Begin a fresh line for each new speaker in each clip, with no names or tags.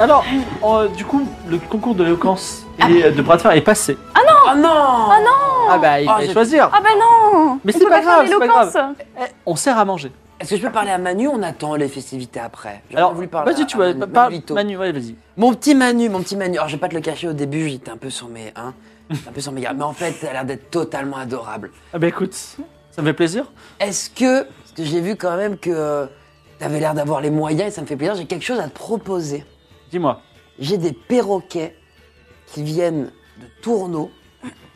Alors, euh, du coup, le concours de l'éloquence
Ah.
et de bras de fer est passé.
Oh non
Oh non
Ah bah, il
Oh,
fallait
j'ai-
choisir.
Ah bah non
Mais
On
c'est
peut
pas
faire
grave, c'est pas
l'éloquence.
Eh, on sert à manger.
Est-ce que je peux parler à Manu On attend les festivités après. J'aurais
Alors,
voulu parler
vas-y,
à-
tu
à
vas.
Manu-
Parle,
Manuelito.
Manu, ouais, vas-y.
Mon petit Manu, mon petit Manu. Alors, je vais pas te le cacher au début, j'étais un peu sur mes. Hein, j'étais un peu sur mes gardes. Mais en fait, elle a l'air d'être totalement adorable.
Ah bah écoute, ça me fait plaisir.
Est-ce que. Parce que j'ai vu quand même que euh, t'avais l'air d'avoir les moyens et ça me fait plaisir. J'ai quelque chose à te proposer.
Dis-moi.
J'ai des perroquets qui viennent de tourneaux,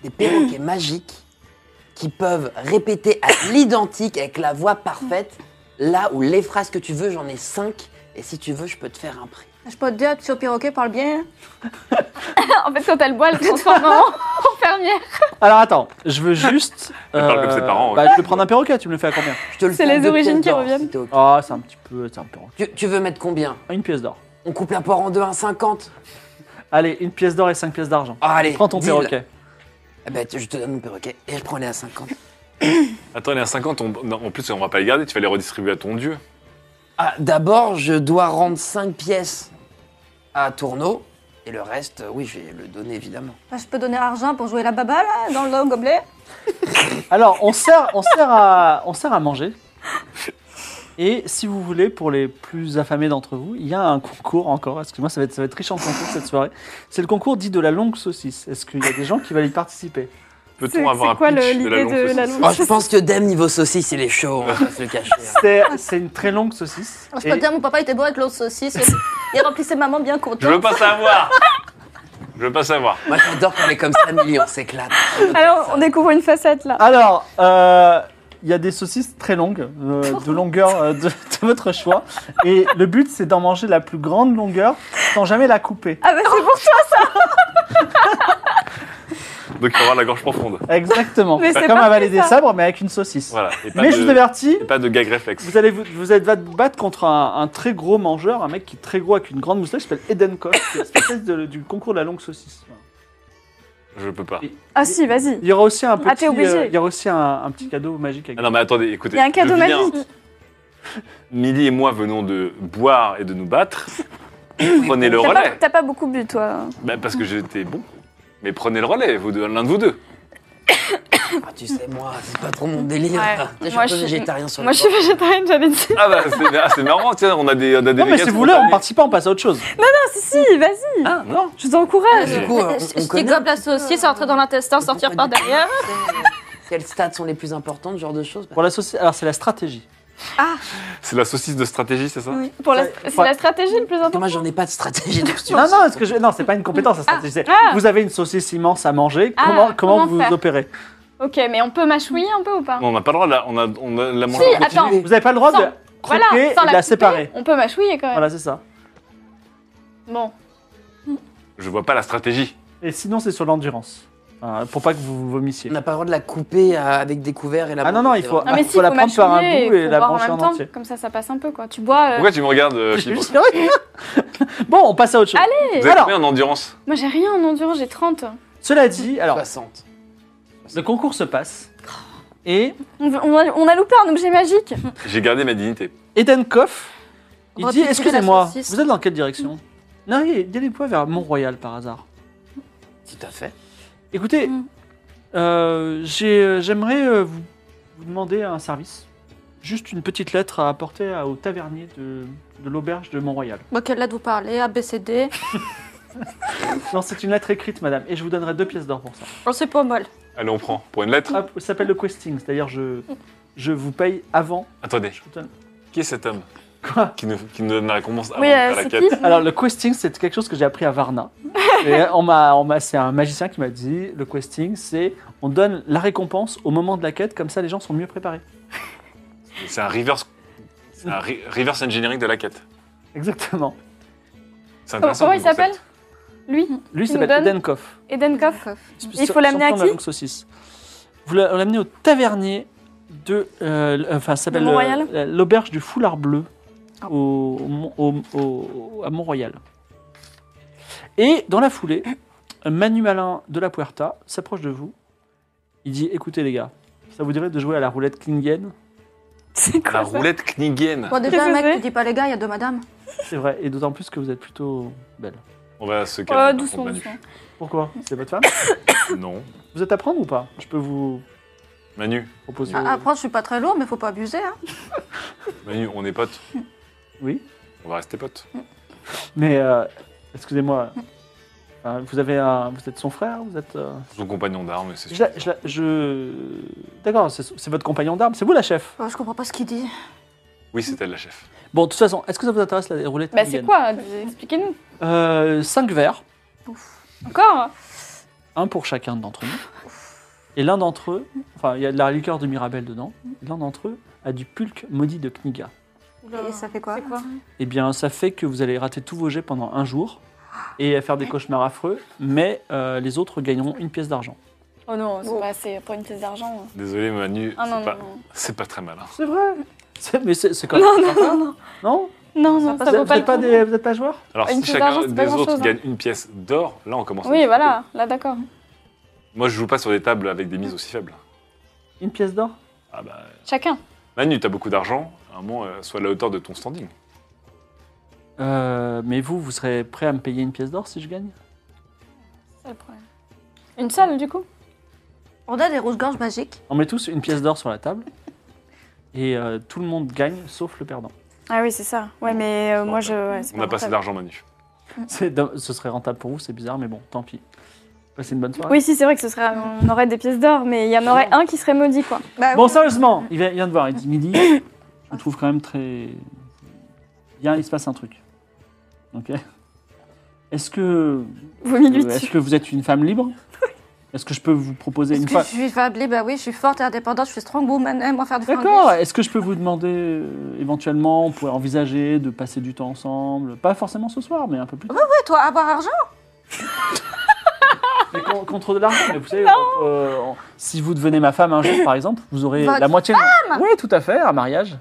des perroquets magiques qui peuvent répéter à l'identique avec la voix parfaite là où les phrases que tu veux, j'en ai cinq et si tu veux, je peux te faire un prix.
Je peux te dire, tu es au perroquet, parle bien.
En fait, quand elle boit, elle se transforme en en fermière.
Alors attends, je veux juste.
Elle parle comme ses parents, ouais.
Bah, je peux prendre un perroquet, tu me le fais à combien
Je te le
C'est
fais à
les
deux
origines
pièces
qui
d'or,
reviennent.
si t'es ok.
Ah, c'est un petit peu. C'est un perroquet.
tu, tu veux mettre combien
Une pièce d'or.
On coupe la poire en deux, un 50
Allez, une pièce d'or et cinq pièces d'argent.
Ah, Allez,
Prends ton
deal.
perroquet.
Eh ben, tu- je te donne mon perroquet et je prends les à 50.
Attends, il est à 50, on- non, en plus on va pas les garder, tu vas les redistribuer à ton dieu.
Ah, D'abord, je dois rendre 5 pièces à Tourneau et le reste, euh, oui, je vais le donner évidemment.
Bah, Je peux donner l'argent pour jouer la baba, là, dans le gobelet.
Alors, on sert, on sert à, on sert à manger. Et si vous voulez, pour les plus affamés d'entre vous, il y a un concours encore. Excuse-moi, ça va être, ça va être riche en concours cette soirée. C'est le concours dit de la longue saucisse. Est-ce qu'il y a des gens qui veulent y participer
C'est-
Peut-on avoir
c'est
un
quoi le-
pitch de la
l'idée de
longue
la
saucisse
longue-
Oh, je pense que Dem niveau saucisse, il est chaud, on va pas se le cacher. hein.
C'est c'est une très longue saucisse.
Ah,
Je peux
Et
te dire, mon papa était beau avec l'autre saucisse. Il remplissait maman bien
Je veux
contente.
pas savoir Je veux pas savoir.
Moi, j'adore quand on est comme ça, Milly, on s'éclate.
Alors, on découvre une facette là.
Alors, euh, il y a des saucisses très longues, euh, de longueur euh, de, de votre choix. Et le but, c'est d'en manger la plus grande longueur sans jamais la couper.
Ah bah c'est pour ça,
Donc il faut avoir la gorge profonde.
Exactement.
Mais c'est
Comme
parfait,
avaler des
ça.
sabres, mais avec une saucisse.
Voilà. Et pas
Mais
de,
je vous avertis,
et pas de gag réflexe.
Vous allez vous, vous allez vous battre contre un, un très gros mangeur, un mec qui est très gros avec une grande moustache, qui s'appelle Eden Koch, qui est l'espèce de- du concours de la longue saucisse. Voilà.
Je peux pas.
Ah si, vas-y.
Il y aura aussi un petit, euh,
Ah, t'es obligé.
il y aura aussi un, un petit cadeau magique. à
Ah
gagner.
non, mais attendez, écoutez.
Il y a un cadeau
je viens-
magique.
Milly et moi venons de boire et de nous battre. prenez le
T'as pas,
relais.
t'as pas beaucoup bu, toi.
Bah, parce que j'étais bon. Mais prenez le relais, vous deux- l'un de vous deux.
Ah, tu sais, moi, c'est pas trop mon délire.
Ouais.
Je suis
Moi,
un
je
peu
suis-
végétarien sur
Moi,
le
je suis
bord.
végétarienne, j'allais dire.
Ah bah, c'est ah, c'est marrant, tiens, on a des, on a des
Non, mais
dégâts
si vous voulez,
spontanés.
en participant, on passe à autre chose.
Ah si, si, vas-y.
Ah, non
Je t'encourage.
Du coup, euh, on, on
Je
connaît
dégobe la saucisse, entrer dans l'intestin, sortir par derrière.
quels stades sont les plus importants, ce genre de choses.
Pour la saucisse, alors c'est la stratégie.
C'est la saucisse de stratégie, c'est ça
Pour la-
Ouais,
c'est
ouais.
la stratégie le plus
Parce que
importante.
moi, j'en ai pas de stratégie d'obscurité.
Non, non, parce que je- non, c'est pas une compétence la stratégie. c'est-
Ah.
Vous avez une saucisse immense à manger.
Ah,
Comment, comment,
comment
vous
faire
opérez
Ok, mais on peut mâchouiller un peu ou pas
Non, On n'a pas le droit, là, on a, on a la manger.
Si, attends.
Vous n'avez pas le droit
Sans-
de croquer
Voilà,
et
sans
de la,
couper,
séparer.
On peut mâchouiller quand même.
Voilà, Ah c'est ça.
Bon.
Je vois pas la stratégie.
Et sinon, c'est sur l'endurance, Enfin, pour pas que vous vomissiez.
On n'a pas le droit de la couper euh, avec des couverts et la
Ah non,
manger,
non, il
c'est
faut-
vrai.
Non,
Bah,
mais
faut
si, faut
la prendre par un
mâchouiller et
bout et
faut
la
boire en
brancher
même
en
temps.
entier.
Comme ça, ça passe un peu quoi. Tu bois. euh,
Pourquoi tu me regardes, euh, Fibre
C'est vrai. bon, on passe à autre chose.
Allez
Vous avez
Alors-
combien en endurance
Moi, j'ai rien en endurance, j'ai 30.
Cela dit, alors
60.
le concours se passe et
On, veut- on a, on a loupé un objet magique.
J'ai gardé ma dignité.
Eden Koff, il
On va
dit
récupérer la
excusez-moi,
saucisse.
vous êtes dans quelle direction Non, il y a des poids vers Mont-Royal par hasard.
Tout à fait.
Écoutez,
Mm.
euh, j'ai- euh, j'aimerais euh, vous, vous demander un service. Juste une petite lettre à apporter à- au tavernier de, de l'auberge de Mont-Royal.
Bah, quelle lettre vous parlez ABCD
Non, c'est une lettre écrite, madame, et je vous donnerai deux pièces d'or pour ça.
On Oh, c'est pas mal.
Allez, on prend. Pour une
Euh.
lettre
Hop, ça s'appelle le questing, c'est-à-dire je, je vous paye avant.
Attendez,
je vous donne-
qui est cet homme
Quoi
qui nous, qui nous donne la récompense avant
oui,
Ah,
de
euh,
faire la
c'est
quête
qui
Alors, le questing, c'est quelque chose que j'ai appris à Varna. Et on m'a, on m'a- c'est un magicien qui m'a dit le questing, c'est on donne la récompense au moment de la quête, comme ça les gens sont mieux préparés.
C'est un reverse. c'est un re- reverse engineering de la quête.
Exactement.
C'est
Comment,
intéressant.
comment il
comme
s'appelle
concept.
Lui, il
Lui Tu nous
s'appelle
donnes
Edenkoff.
Edenkoff Il faut
Sur-
l'amener à
surplombe la
qui
longue saucisse. Vous l'a- l'amenez au tavernier de. euh, l- enfin, ça s'appelle
Le Mont-Royal Ah.
euh, l'auberge du Foulard Bleu au, au Mont- au- au- à Mont-Royal. Et dans la foulée, un Manu Malin de la Puerta s'approche de vous. Il dit Écoutez, les gars, ça vous dirait de jouer à la roulette Klingen
C'est
La
quoi ça
roulette Knigen.
Bon,
Qu'est-ce
déjà, un
que
mec,
c'est
tu dis pas les gars, il y a deux madames.
C'est vrai, et d'autant plus que vous êtes plutôt belle.
On va se
Oh,
calmer.
doucement,
par contre,
doucement.
Pourquoi C'est votre femme
Manu. Non.
Vous êtes à prendre ou pas Je peux vous
Manu,
proposer.
Ah, Après, je suis pas très lourd, mais faut pas abuser. Hein.
Manu, on est potes.
Oui.
On va rester potes.
Mais euh, excusez-moi, euh, vous avez un, vous êtes son frère, vous êtes. euh,
Son compagnon d'armes, c'est
Je, la- je la- je- D'accord, c'est c'est votre compagnon d'armes, c'est vous la chef.
Oh, je comprends pas ce qu'il dit.
Oui, c'est elle la chef.
Bon, de toute façon, est-ce que ça vous intéresse la roulette
Bah, c'est
Indienne
quoi Expliquez-nous.
5 verres,
Encore
un pour chacun d'entre nous. Et l'un d'entre eux, enfin, il y a de la liqueur de Mirabelle dedans. L'un d'entre eux a du pulque maudit de Kniga.
Et ça fait quoi
C'est quoi
Eh bien, ça fait que vous allez rater tous vos jets pendant un jour et faire des cauchemars affreux, mais euh, les autres gagneront une pièce d'argent.
Oh non, c'est
Bon.
pas assez pour une pièce d'argent.
Désolé, Manu,
Ah non,
c'est
non,
pas,
non.
c'est pas très malin.
C'est vrai C'est- Mais c'est c'est quand même.
Non, non, non, non.
Non
Non,
Ça
non,
passe-
ça
Vous
vaut
n'êtes
pas le
pas,
coup.
des- vous êtes pas joueur
Alors,
Une
si
pièce
chacun
d'argent, c'est pas
des autres
grand-chose, hein.
gagne une pièce d'or, là, on commence à
Oui,
discuter.
voilà, là, d'accord.
Moi, je joue pas sur des tables avec des
Ah.
mises aussi faibles.
Une pièce d'or
Ah bah,
Chacun.
Manu, t'as beaucoup d'argent. À un moment, euh, sois à la hauteur de ton standing.
Euh, mais vous, vous serez prêt à me payer une pièce d'or si je gagne
C'est le problème. Une seule, du coup
On a des rouges-gorges magiques.
On met tous une pièce d'or sur la table. Et euh, tout le monde gagne, sauf le perdant.
Ah oui, c'est ça. Ouais, mais euh, moi, je. ouais, c'est
On a pas assez
rentable.
d'argent, Manu.
Mm.
C'est dom- ce serait rentable pour vous, c'est bizarre, mais bon, tant pis. Passez une bonne soirée.
Oui, si, c'est vrai que ce serait. On aurait des pièces d'or, mais il y en aurait un qui serait maudit, quoi.
Bah,
Bon,
oui.
sérieusement, il vient, il vient de voir, il dit midi. Je vous trouve quand même très. Bien, il se passe un truc. Ok Est-ce que. euh,
Vaut mieux lui
Est-ce
dessus.
que vous êtes une femme libre Est-ce que je peux vous proposer
Est-ce
une
que
femme
je suis faible Bah oui, je suis forte et indépendante, je suis strong woman, aime-moi faire du
D'accord.
franglish.
Est-ce que je peux vous demander euh, éventuellement, on pourrait envisager de passer du temps ensemble, pas forcément ce soir, mais un peu plus tard.
Ouais, toi, avoir argent
Mais con- contre de l'argent, mais vous savez, on- euh, on- si vous devenez ma femme un jour, par exemple, vous aurez
Votre
la moitié. de... Oui, tout à fait, un mariage.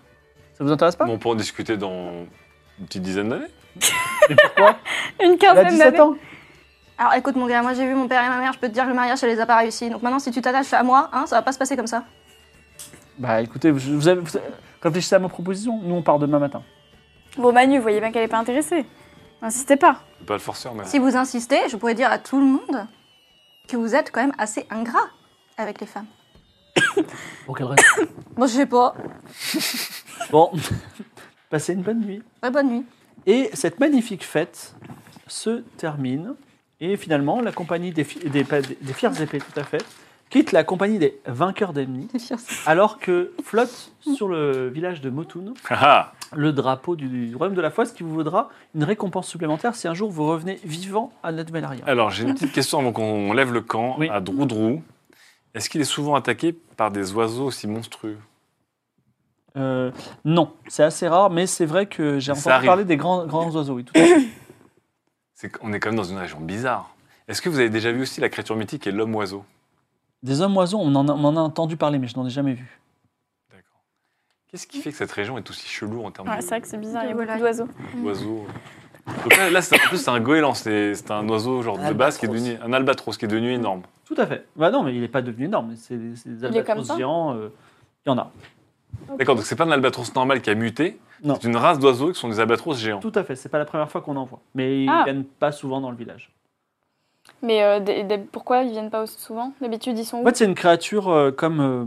Ça vous intéresse pas
Mais on peut en discuter dans une petite dizaine d'années.
Et pourquoi Elle
Une
a
quinzaine
17
d'années.
ans.
Alors écoute mon gars, moi j'ai vu mon père et ma mère, je peux te dire que le mariage ça les a pas réussi. Donc maintenant si tu t'attaches à moi, hein, ça va pas se passer comme ça.
Bah, écoutez, vous, vous avez, vous avez- réfléchissez à ma proposition. Nous, on part demain matin.
Bon, Manu, vous voyez bien qu'elle est pas intéressée. Insistez pas.
Je peux pas le forcer,
Bah.
mais.
Si vous insistez, je pourrais dire à tout le monde que vous êtes quand même assez ingrat avec les femmes.
Pour quelle raison
Bon, je sais pas.
Bon, passez une bonne nuit.
Ouais, bonne nuit.
Et cette magnifique fête se termine. Et finalement, la compagnie des, fi- des, pas- des- des fiers épées, tout à fait, quitte la compagnie des vainqueurs d'ennemis, alors que flotte sur le village de Motun
Ah, ah,
le drapeau du, du royaume de la foi, ce qui vous vaudra une récompense supplémentaire si un jour vous revenez vivant à Nadmelaria.
alors, j'ai une petite question avant qu'on lève le camp
Oui.
à Droudrou. Est-ce qu'il est souvent attaqué par des oiseaux aussi monstrueux
Euh, non, c'est assez rare, mais c'est vrai que j'ai
Ça
entendu
arrive.
parler des grands, grands oiseaux. Oui, tout à fait.
C'est qu'on est quand même dans une région bizarre. Est-ce que vous avez déjà vu aussi la créature mythique et l'homme oiseau
Des hommes oiseaux, on en, a, on en a entendu parler, mais je n'en ai jamais vu.
D'accord. Qu'est-ce qui fait que cette région est aussi chelou en termes
Ouais,
de-
c'est vrai que c'est bizarre, il y a
Voilà.
beaucoup d'oiseaux.
d'oiseaux Donc là, là, c'est- en plus, c'est un goéland, c'est c'est un oiseau genre
Un
de base qui est
albatros.
devenu un albatros qui est devenu énorme.
Tout à fait. Bah non, mais il n'est pas devenu énorme. mais C'est c'est des
Il est comme
albatros
ça
géants. euh, Il y en a.
D'accord, donc c'est pas un albatros normal qui a muté,
Non.
c'est une race d'oiseaux qui sont des albatros géants.
Tout à fait, c'est pas la première fois qu'on en voit. Mais ils
Ah.
viennent pas souvent dans le village.
Mais euh, des- des- pourquoi ils viennent pas aussi souvent D'habitude, ils sont
En
où
fait, c'est une créature euh, comme. euh,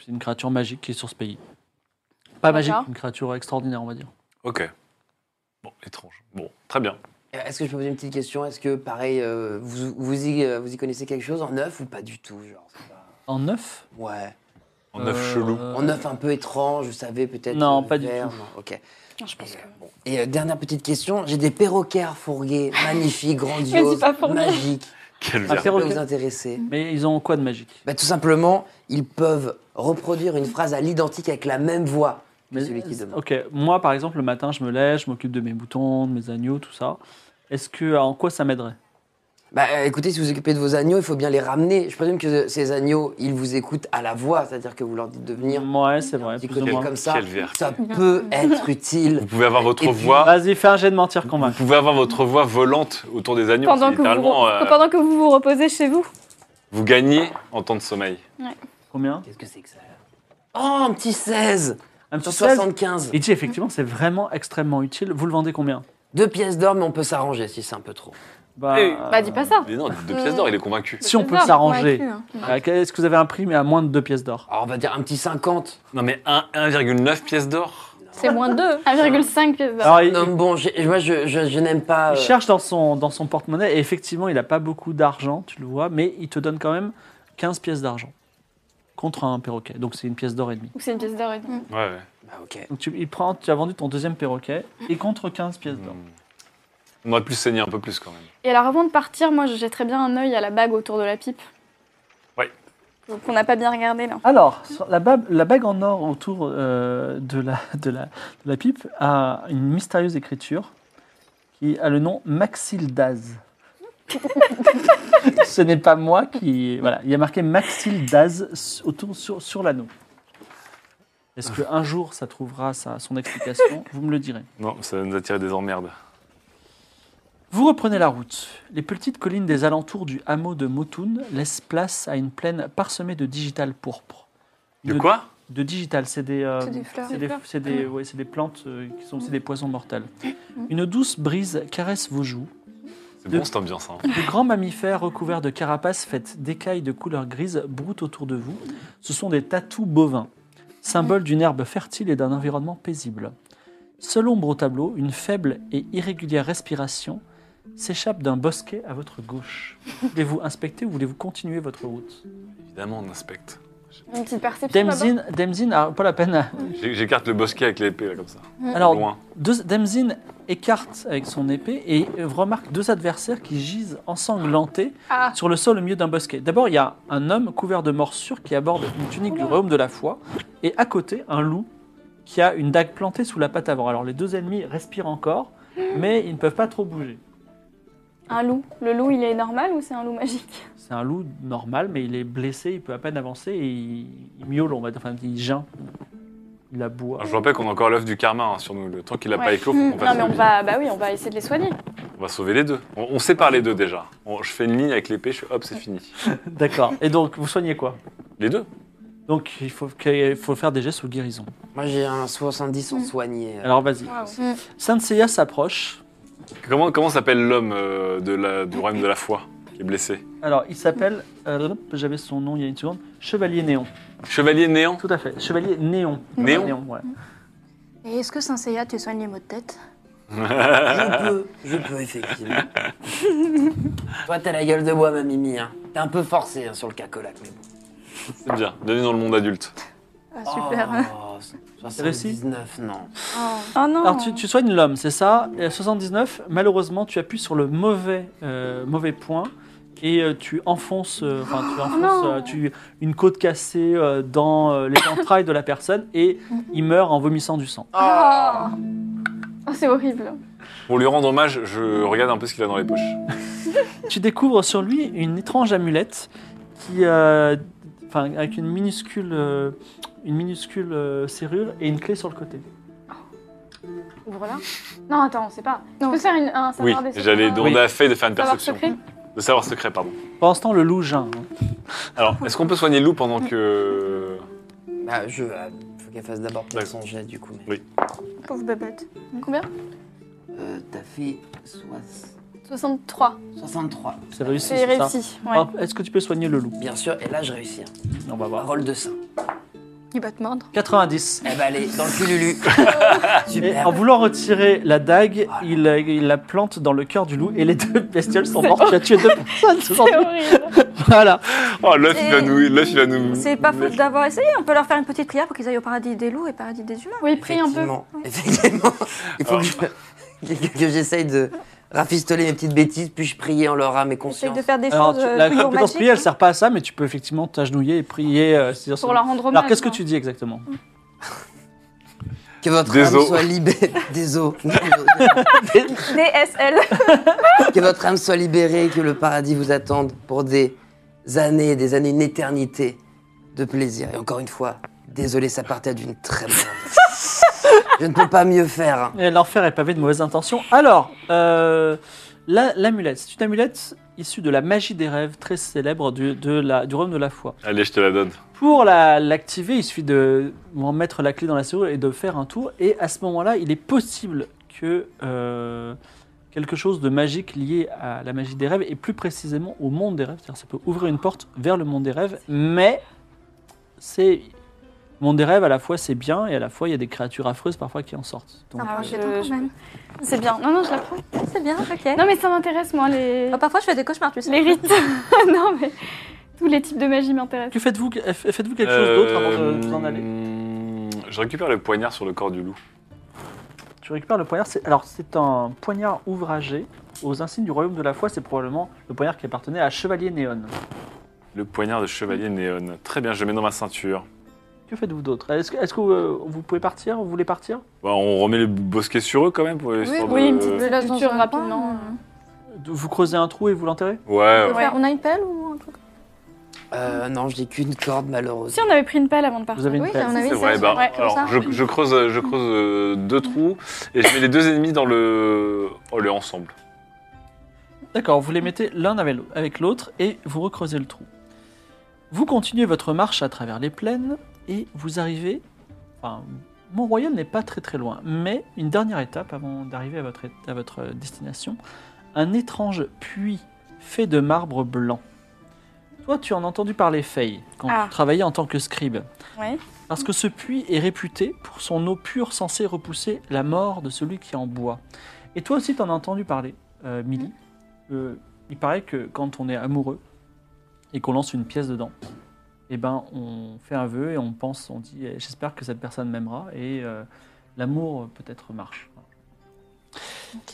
c'est une créature magique qui est sur ce pays. Pas magique,
D'accord.
une créature extraordinaire, on va dire.
Ok. Bon, étrange. Bon, très bien.
Euh, Est-ce que je peux poser une petite question Est-ce que, pareil, euh, vous, vous, y, euh, vous y connaissez quelque chose en neuf ou pas du tout genre, c'est pas-
En neuf
Ouais.
En œuf chelou.
Euh,
En neuf un peu étrange, vous savez, peut-être.
Non,
euh,
pas du
vert,
tout.
non, Ok.
Je pense que.
Et euh, dernière petite question, j'ai des perroquets à fourguer, magnifiques,
Mais dis
grandioses,
pas fourguer.
magiques.
Quel
Ah,
Ça
verbe.
peut
perroquet.
vous intéresser
Mais ils ont quoi de magique
bah, Tout simplement, ils peuvent reproduire une phrase à l'identique avec la même voix que
Mais-
celui qui demande.
Ok, moi par exemple, le matin, je me lève, je m'occupe de mes boutons, de mes agneaux, tout ça. Est-ce que en quoi ça m'aiderait
Bah euh, écoutez, si vous vous occupez de vos agneaux, il faut bien les ramener. Je présume que euh, ces agneaux, ils vous écoutent à la voix, c'est-à-dire que vous leur dites de venir.
Ouais, c'est vrai,
petit
Mm, plus ou
côté
moins.
comme ça,
Quel verbe.
ça peut être utile.
Vous pouvez avoir votre
Et puis-
voix.
Vas-y, fais un jet de mentir
Vous
convaincre.
pouvez avoir votre voix volante autour des agneaux.
Pendant
C'est
que, vous,
littéralement, euh,
pendant que vous vous reposez chez vous.
vous gagnez en temps de sommeil.
Combien
Qu'est-ce que c'est que ça Oh, un petit 16
Un
sur
petit 16
75.
Il dit effectivement, c'est vraiment extrêmement utile. Vous le vendez combien
Deux pièces d'or, mais on peut s'arranger si c'est un peu trop.
Bah,
Eh,
Bah, dis pas ça.
Mais non, deux pièces d'or, il est convaincu.
Si on peut
Trésor,
s'arranger.
convaincu, hein.
Euh, Est-ce que vous avez un prix mais à moins de 2 pièces d'or
Alors on va dire un petit 50.
Non, mais un- 1,9 pièces d'or
C'est moins
euh,
2.
1,5 pièces
bah,
d'or.
Alors, Ah, il,
Non, bon, j'ai- moi je, je- je n'aime pas.
il
euh,
cherche dans son, dans son porte-monnaie et effectivement, il n'a pas beaucoup d'argent, tu le vois, mais il te donne quand même 15 pièces d'argent contre un perroquet. Donc, c'est une pièce d'or et demie.
Ou c'est une pièce d'or et demie.
Ouais, ouais.
bah, ok.
Donc, tu, il prend, tu as vendu ton deuxième perroquet et contre 15 pièces d'or.
On aurait pu se saigner un peu plus quand même.
Et alors avant de partir, moi je jetterais bien un œil à la bague autour de la pipe.
Ouais.
Qu'on n'a pas bien regardé là.
Alors, sur la, bab- la bague en or autour euh, de, la, de, la, de la pipe a une mystérieuse écriture qui a le nom Maxildaz. Ce n'est pas moi qui. Voilà, il y a marqué Maxildaz s- autour sur, sur l'anneau. Est-ce qu'un jour ça trouvera sa- son explication Vous me le direz.
Non, ça nous a tiré des emmerdes.
Vous reprenez la route. Les petites collines des alentours du hameau de Motoun laissent place à une plaine parsemée de digitales pourpres.
De
Une
quoi
de digital, c'est des, euh,
C'est des fleurs. Ah.
c'est
Des
des,
fleurs.
c'est des- ouais, c'est des plantes euh, qui sont aussi des poisons mortels. Une douce brise caresse vos joues.
C'est
De-
bon cette ambiance. Hein.
De grands mammifères recouverts de carapaces faites d'écailles de couleur grise broutent autour de vous. Ce sont des tatous bovins, symbole d'une herbe fertile et d'un environnement paisible. Seule ombre au tableau, une faible et irrégulière respiration s'échappe d'un bosquet à votre gauche. Voulez-vous inspecter ou voulez-vous continuer votre route
Évidemment, on inspecte.
Une petite perception. là-bas.
Demzin, Demzin a pas la peine à-
J'ai- J'écarte le bosquet avec l'épée, là, comme ça.
Mm.
Alors,
Loin.
Deux, Demzin écarte avec son épée et remarque deux adversaires qui gisent ensanglantés
Ah.
sur le sol au milieu d'un bosquet. D'abord, il y a un homme couvert de morsures qui aborde une tunique du royaume de la foi et à côté, un loup qui a une dague plantée sous la patte avant. Alors, les deux ennemis respirent encore, mais ils ne peuvent pas trop bouger.
Un loup. Le loup il est normal ou c'est un loup magique
C'est un loup normal, mais il est blessé, il peut à peine avancer et il, il miaule, on va dire, enfin, il geint. Il aboie.
Alors, je vous rappelle qu'on a encore l'œuf du karma hein, sur nous. Le temps qu'il n'a pas
Ouais.
éclos, faut qu'on
Non
fasse
mais on
le-
va, bah oui, on va essayer de les soigner.
on va sauver les deux. On, on sépare les deux déjà. On- je fais une ligne avec l'épée, je fais hop, c'est fini.
D'accord. Et donc, vous soignez quoi
Les deux
Donc, il faut, qu'il faut faire des gestes ou guérison.
Moi j'ai un 70 en soigné.
Alors, vas-y. Saint Seiya s'approche.
Comment, comment s'appelle l'homme euh, de la- du royaume de la foi qui est blessé
Alors, il s'appelle, euh, j'avais son nom il y a une seconde, Chevalier Néon.
Chevalier néant
Tout à fait, Chevalier Néon.
Néon
ouais.
Et est-ce que Saint-Seiya, tu soignes les maux de tête
Je peux, je peux effectivement. Toi t'as la gueule de bois, ma Mimi. Hein. T'es un peu forcé hein, sur le cacolac, mais bon.
C'est bien. Bienvenue dans le monde adulte.
Ah, super.
Oh, 79, non.
Oh non.
Alors, tu, tu soignes l'homme, c'est ça Et à 79, malheureusement, tu appuies sur le mauvais, euh, mauvais point et euh, tu enfonces, euh, enfin, tu enfonces
non.
euh, tu- une côte cassée euh, dans euh, les entrailles de la personne et il meurt en vomissant du sang.
Oh. Oh, c'est horrible.
Pour lui rendre hommage, je regarde un peu ce qu'il a dans les poches.
tu découvres sur lui une étrange amulette qui, euh, enfin, avec une minuscule, euh, une minuscule euh, serrure et une clé sur le côté.
Ouvre-la. Non, attends, on sait pas. Tu
Non.
peux faire une, un
Oui,
savoir des secrets,
j'allais
un
demander à Faye de faire une
savoir
perception.
secret.
De savoir secret, pardon.
Pendant ce temps, le loup hein. geint.
Alors, est-ce qu'on peut soigner le loup pendant que.
Bah, je. euh, faut qu'elle fasse d'abord peut-être
D'accord.
son jet du coup. Mais...
Oui.
Pauvre babette.
Combien
Euh, t'as fait soix-
63.
63.
C'est réussi.
C'est
c'est ça Oh.
réussi. Ouais.
Hop, Est-ce que tu peux soigner le loup
Bien sûr, et là je réussis. hein.
On va voir.
Parole de saint.
Il va te mordre.
90.
Eh bah, allez, dans le cululu.
Et
Super.
en voulant retirer la dague, il, euh, il la plante dans le cœur du loup et les deux bestioles sont mortes. Tu as tué deux personnes. ce soir.
C'est horrible.
Voilà.
Oh, l'œuf, il va
Et-
nous. L'œuf, il va nous.
C'est pas faute d'avoir essayé, on peut leur faire une petite prière pour qu'ils aillent au paradis des loups et au paradis des humains.
Oui, prie un peu.
Effectivement. Effectivement. Il faut que, que- que j'essaye de rafistoler mes petites bêtises, puis je prier en leur âme et
Essaye
conscience.
de faire des
Alors,
choses
tu-
euh,
la
toujours
compétence
magiques.
prière, elle sert pas à ça, mais tu peux effectivement t'agenouiller et prier. euh, c'est-à-dire
Pour
sur-
leur rendre hommage.
Alors, qu'est-ce que
hein.
tu dis exactement
Que votre
Des
âme
os.
soit libérée. Des os.
DSL.
que votre âme soit libérée, que le paradis vous attende pour des années, des années, une éternité de plaisir. Et encore une fois, désolé, ça partait d'une très bonne. idée. je ne peux pas mieux faire. hein.
Et L'enfer est pavé de mauvaises intentions. Alors, euh, la- l'amulette. C'est une amulette issue de la magie des rêves, très célèbre du, de la, du royaume de la foi.
Allez, je te la donne.
Pour la- l'activer, il suffit de en mettre la clé dans la serrure et de faire un tour. Et à ce moment-là, il est possible que euh, quelque chose de magique lié à la magie des rêves et plus précisément au monde des rêves, c'est-à-dire ça peut ouvrir une porte vers le monde des rêves, mais c'est le monde des rêves à la fois c'est bien et à la fois il y a des créatures affreuses parfois qui en sortent. Donc, euh,
Ah,
Ah,
moi,
je-
je l'attends quand
je-
même. C'est bien.
Non, non, je la prends.
C'est bien, ok.
Non, mais ça m'intéresse, moi, les.
Ah,
Bah, parfois, je fais des cauchemars, tu sais.
Les rites. non, mais. Tous les types de magie m'intéressent.
que faites-vous faites-vous quelque chose d'autre avant de vous en aller
Euh, Je récupère le poignard sur le corps du loup.
Tu récupères le poignard. c'est- Alors, c'est un poignard ouvragé aux insignes du royaume de la foi. C'est probablement le poignard qui appartenait à Chevalier Néon.
Le poignard de chevalier
Mm.
néon. Très bien, je le mets dans ma ceinture.
Que faites-vous d'autre Est-ce que, est-ce que euh, vous pouvez partir Vous voulez partir
Bah, on remet les bosquets sur eux quand même pour histoire de-
oui, une petite
Je laisse dans
culture
un euh.
rapidement.
coin,
Vous creusez un trou et vous l'enterrez
Ouais,
euh,
ouais.
faire- On a une pelle ou un truc
Euh, non, je n'ai qu'une corde, malheureusement.
Si on avait pris une pelle avant de
Vous
partir.
avez une
Oui,
pelle.
on a
C'est
une
vrai,
celle-
bah,
ouais, comme ça.
alors je, je creuse, je creuse euh, deux trous et je mets les deux ennemis dans le. Oh, le ensemble.
D'accord, vous les mettez l'un avec l'au- avec l'autre et vous recreusez le trou. Vous continuez votre marche à travers les plaines et vous arrivez. Enfin, Mont-Royal n'est pas très très loin, mais une dernière étape avant d'arriver à votre, é- à votre destination. Un étrange puits fait de marbre blanc. Toi, tu en as entendu parler, Faye, quand
Ah.
tu travaillais en tant que scribe.
Ouais.
Parce que ce puits est réputé pour son eau pure censée repousser la mort de celui qui en boit. Et toi aussi, t'en as entendu parler, euh, Millie.
Mm.
Euh, il paraît que quand on est amoureux et qu'on lance une pièce dedans, eh ben, on fait un vœu et on pense, on dit, eh, j'espère que cette personne m'aimera et euh, l'amour euh, peut-être marche. Voilà.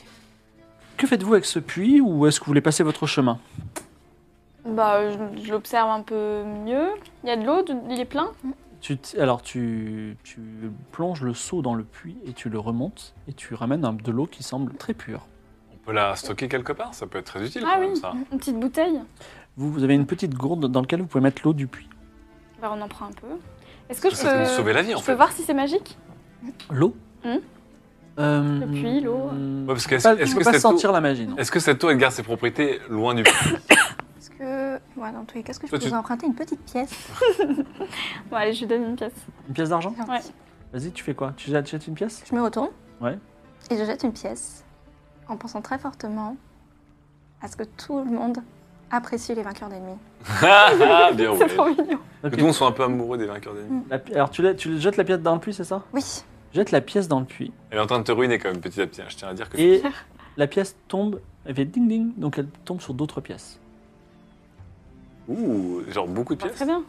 Que faites-vous avec ce puits ou est-ce que vous voulez passer votre chemin
Bah, je, je l'observe un peu mieux. Il y a de l'eau, du- il est plein.
Tu t- alors tu, tu plonges le seau dans le puits et tu le remontes et tu ramènes un- de l'eau qui semble très pure.
On peut la stocker quelque part, ça peut être très utile
Ah
quand
oui,
même ça.
une petite bouteille.
Vous, vous avez une petite gourde dans laquelle vous pouvez mettre l'eau du puits.
Bah, on en prend un peu. Est-ce que je
Ça peut nous
peux.
sauver la vie
Je
en
peux
fait.
voir si c'est magique
L'eau
Hmm.
Euh,
Le puits, l'eau.
hmm,
Ouais, parce que
tu
est-ce-
peux
est-ce
pas-
que
tu peux pas
cette
sentir la magie, non
Est-ce que cette eau elle garde ses propriétés loin du puits
Est-ce que. Ouais, dans tous les cas, est-ce que je
Toi,
peux
tu-
vous emprunter une petite pièce
Bon, allez, je lui donne une pièce.
Une pièce d'argent
Ouais.
Vas-y, tu fais quoi Tu jettes tu jettes une pièce
Je me retourne.
Ouais.
Et je jette une pièce en pensant très fortement à ce que tout le monde apprécie les vainqueurs d'ennemis.
Ah, ah, Bien
C'est
ouais.
trop Mm. mignon. Bah,
Ok.
Que nous on soit un peu amoureux des vainqueurs d'ennemis.
La pi- Alors tu, la- tu jettes la pièce dans le puits, c'est ça
Oui.
Jette la pièce dans le puits.
Elle est en train de te ruiner quand même petit à petit, hein, je tiens à dire que.
Et la pièce tombe, elle fait ding ding, donc elle tombe sur d'autres pièces.
Ouh, genre beaucoup de
Bah,
pièces.
très bien.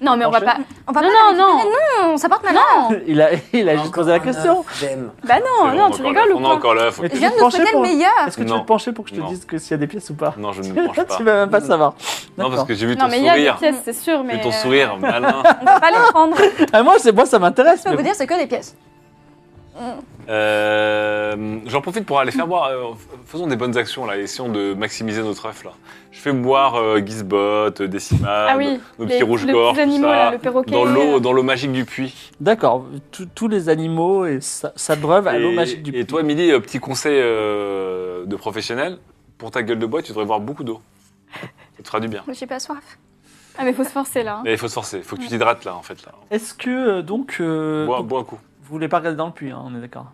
Non, mais on va pas.
Enchaîne.
On va
non,
pas
non, non.
non, ça porte malheur.
Il a, il a juste posé la
Encore un
question.
œuf d'Em.
Bah
C'est
non,
bon,
non,
on
tu
a encore
rigoles
l'œuf,
ou
On a
quoi
encore l'œuf.
Mais
Je
tu
viens
te
de nous
penchais
souhaiter
pour-
le meilleur.
Est-ce que tu
Non.
te penchais pour que je te
Non.
dise que s'il y a des pièces ou pas
Non, je ne me penche pas.
Tu vas même pas savoir.
Non, parce
D'accord.
que j'ai vu ton
Non, mais il y a
sourire.
des pièces, c'est sûr, mais.
Vu ton
euh,
sourire malin.
On va pas les prendre. Je
Ah, moi, c'est moi, ça m'intéresse.
peux
mais
vous dire, c'est que des pièces.
Euh, J'en profite pour aller faire boire. euh, f- faisons des bonnes actions là, essayons de maximiser notre œuf là. Je fais boire euh, Gizbot, euh, Décimade,
Ah oui,
nos
les-
petits rouges
les
gorges,
petits
tout
animaux,
ça,
là, le perroquet.
dans l'eau, dans l'eau magique du puits.
D'accord, tous tous les animaux et sa- s'abreuvent à Bah, l'eau
et,
magique du
et toi, Milly, euh, petit conseil euh, de professionnel, pour ta gueule de bois, tu devrais boire beaucoup d'eau. Ça te fera du bien.
Mais J'ai pas soif.
Ah, mais faut se forcer là. hein.
Mais il faut se forcer, faut que tu t'hydrates là en fait. Là.
Est-ce que euh, donc, euh,
Bois,
donc,
bois un coup.
vous voulez pas regarder dans le puits, hein, on est d'accord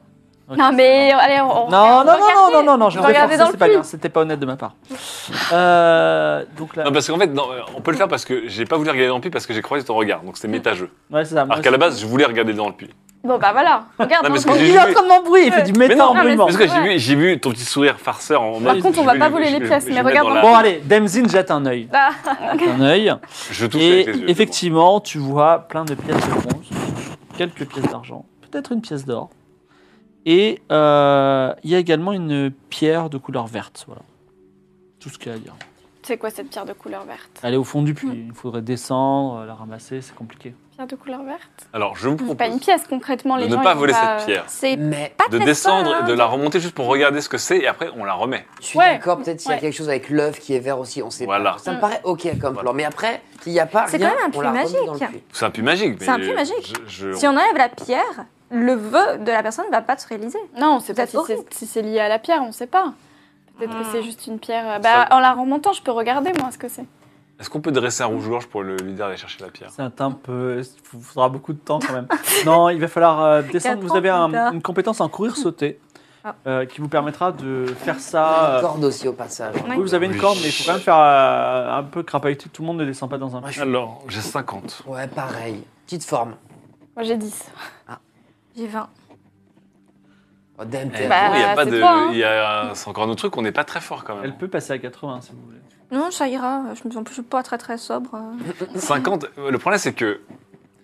Ok.
Non, mais allez, on. on-
Non,
on
non,
va
non,
regarder.
non, non, non, je
On
vais
va regarder
regarder
dans le
c'est pas bien,
puits.
c'était pas honnête de ma part. Euh, donc là,
Non, parce qu'en fait, non, euh, on peut le faire parce que j'ai pas voulu regarder dans le puits parce que j'ai croisé ton regard, donc c'était métageux.
Ah,
ouais, c'est ça. moi,
bah,
Alors qu'à la
c'est-
base, je voulais regarder dans le puits.
Bon, bah voilà. Regarde.
Non, mais
hein,
ce que
je-
Oh,
j'ai
Il est
vu-
en train de m'embrouiller, il fait du méta
non,
embrûlement.
Parce que j'ai
Ouais.
vu, j'ai vu ton petit sourire farceur en
Par
mode,
contre, on
je
va
vais-
pas voler
je-
les
je-
pièces,
je
mais
vais
regarde
mettre dans
Bon,
la-
allez, Demzin jette un œil.
Ah,
Jette Un œil.
Je touche avec les yeux.
Et effectivement, tu vois plein de pièces de bronze, quelques pièces d'argent, peut-être une pièce d'or. Et euh, il y a également une pierre de couleur verte. Voilà. Tout ce qu'il y a à dire.
C'est quoi cette pierre de couleur verte
Elle est au fond du puits. Il faudrait descendre, la ramasser, c'est compliqué.
Pierre de couleur verte
Alors, je me
C'est pas une
propose
pièce concrètement.
de
Les
ne
gens,
pas
ils
voler
vont pas,
cette
euh,
pierre.
C'est
Mais
pas
De
très
descendre
fort,
et
hein.
de la remonter juste pour regarder ce que c'est et après on la remet.
je suis
Ouais.
d'accord, peut-être qu'il y a
Ouais.
quelque chose avec l'œuf qui est vert aussi, on sait
Voilà.
pas. Ça me
Mm.
paraît ok comme
Voilà.
plan, mais après, s'il n'y a pas
C'est
rien,
quand même un
on la
puits
remet dans le
magique.
puits.
C'est un puits magique.
C'est un
mais
puits magique.
je- je-
Si on enlève la pierre, le vœu de la personne ne va pas se réaliser.
Non, on sait
Vous
pas
êtes
si c'est, si c'est lié à la pierre, on sait pas. Peut-être
Ah.
que c'est juste une pierre. euh, Bah,
Ça-
en la remontant, je peux regarder moi ce que c'est.
Est-ce qu'on peut dresser un rouge-gorge pour le leader aller chercher la pierre
C'est un teint peu. Il faudra beaucoup de temps quand même. non, il va falloir euh, descendre.
Quatre
Vous avez
ans
un-
plus tard.
une compétence en courir-sauter
Ah.
euh, qui vous permettra de faire
Une
Ah.
ça. euh,
corde aussi au passage.
Ouais.
oui, vous avez une
Oui.
corde, mais il faut quand même faire euh, un peu crapahuter. Tout le monde ne descend pas dans un puits.
Alors, j'ai 50.
Ouais, pareil. Petite forme.
Moi j'ai 10.
J'ai 20.
Oh, damn,
Eh,
t'es-
Bah,
non, il y a pas
c'est
de.
toi, hein.
il y a- C'est encore un autre truc, on n'est pas très fort quand
Elle
même.
peut passer à 80 si vous voulez.
Non, ça ira. Je me sens plus pas très très sobre. euh.
50. Le problème, c'est que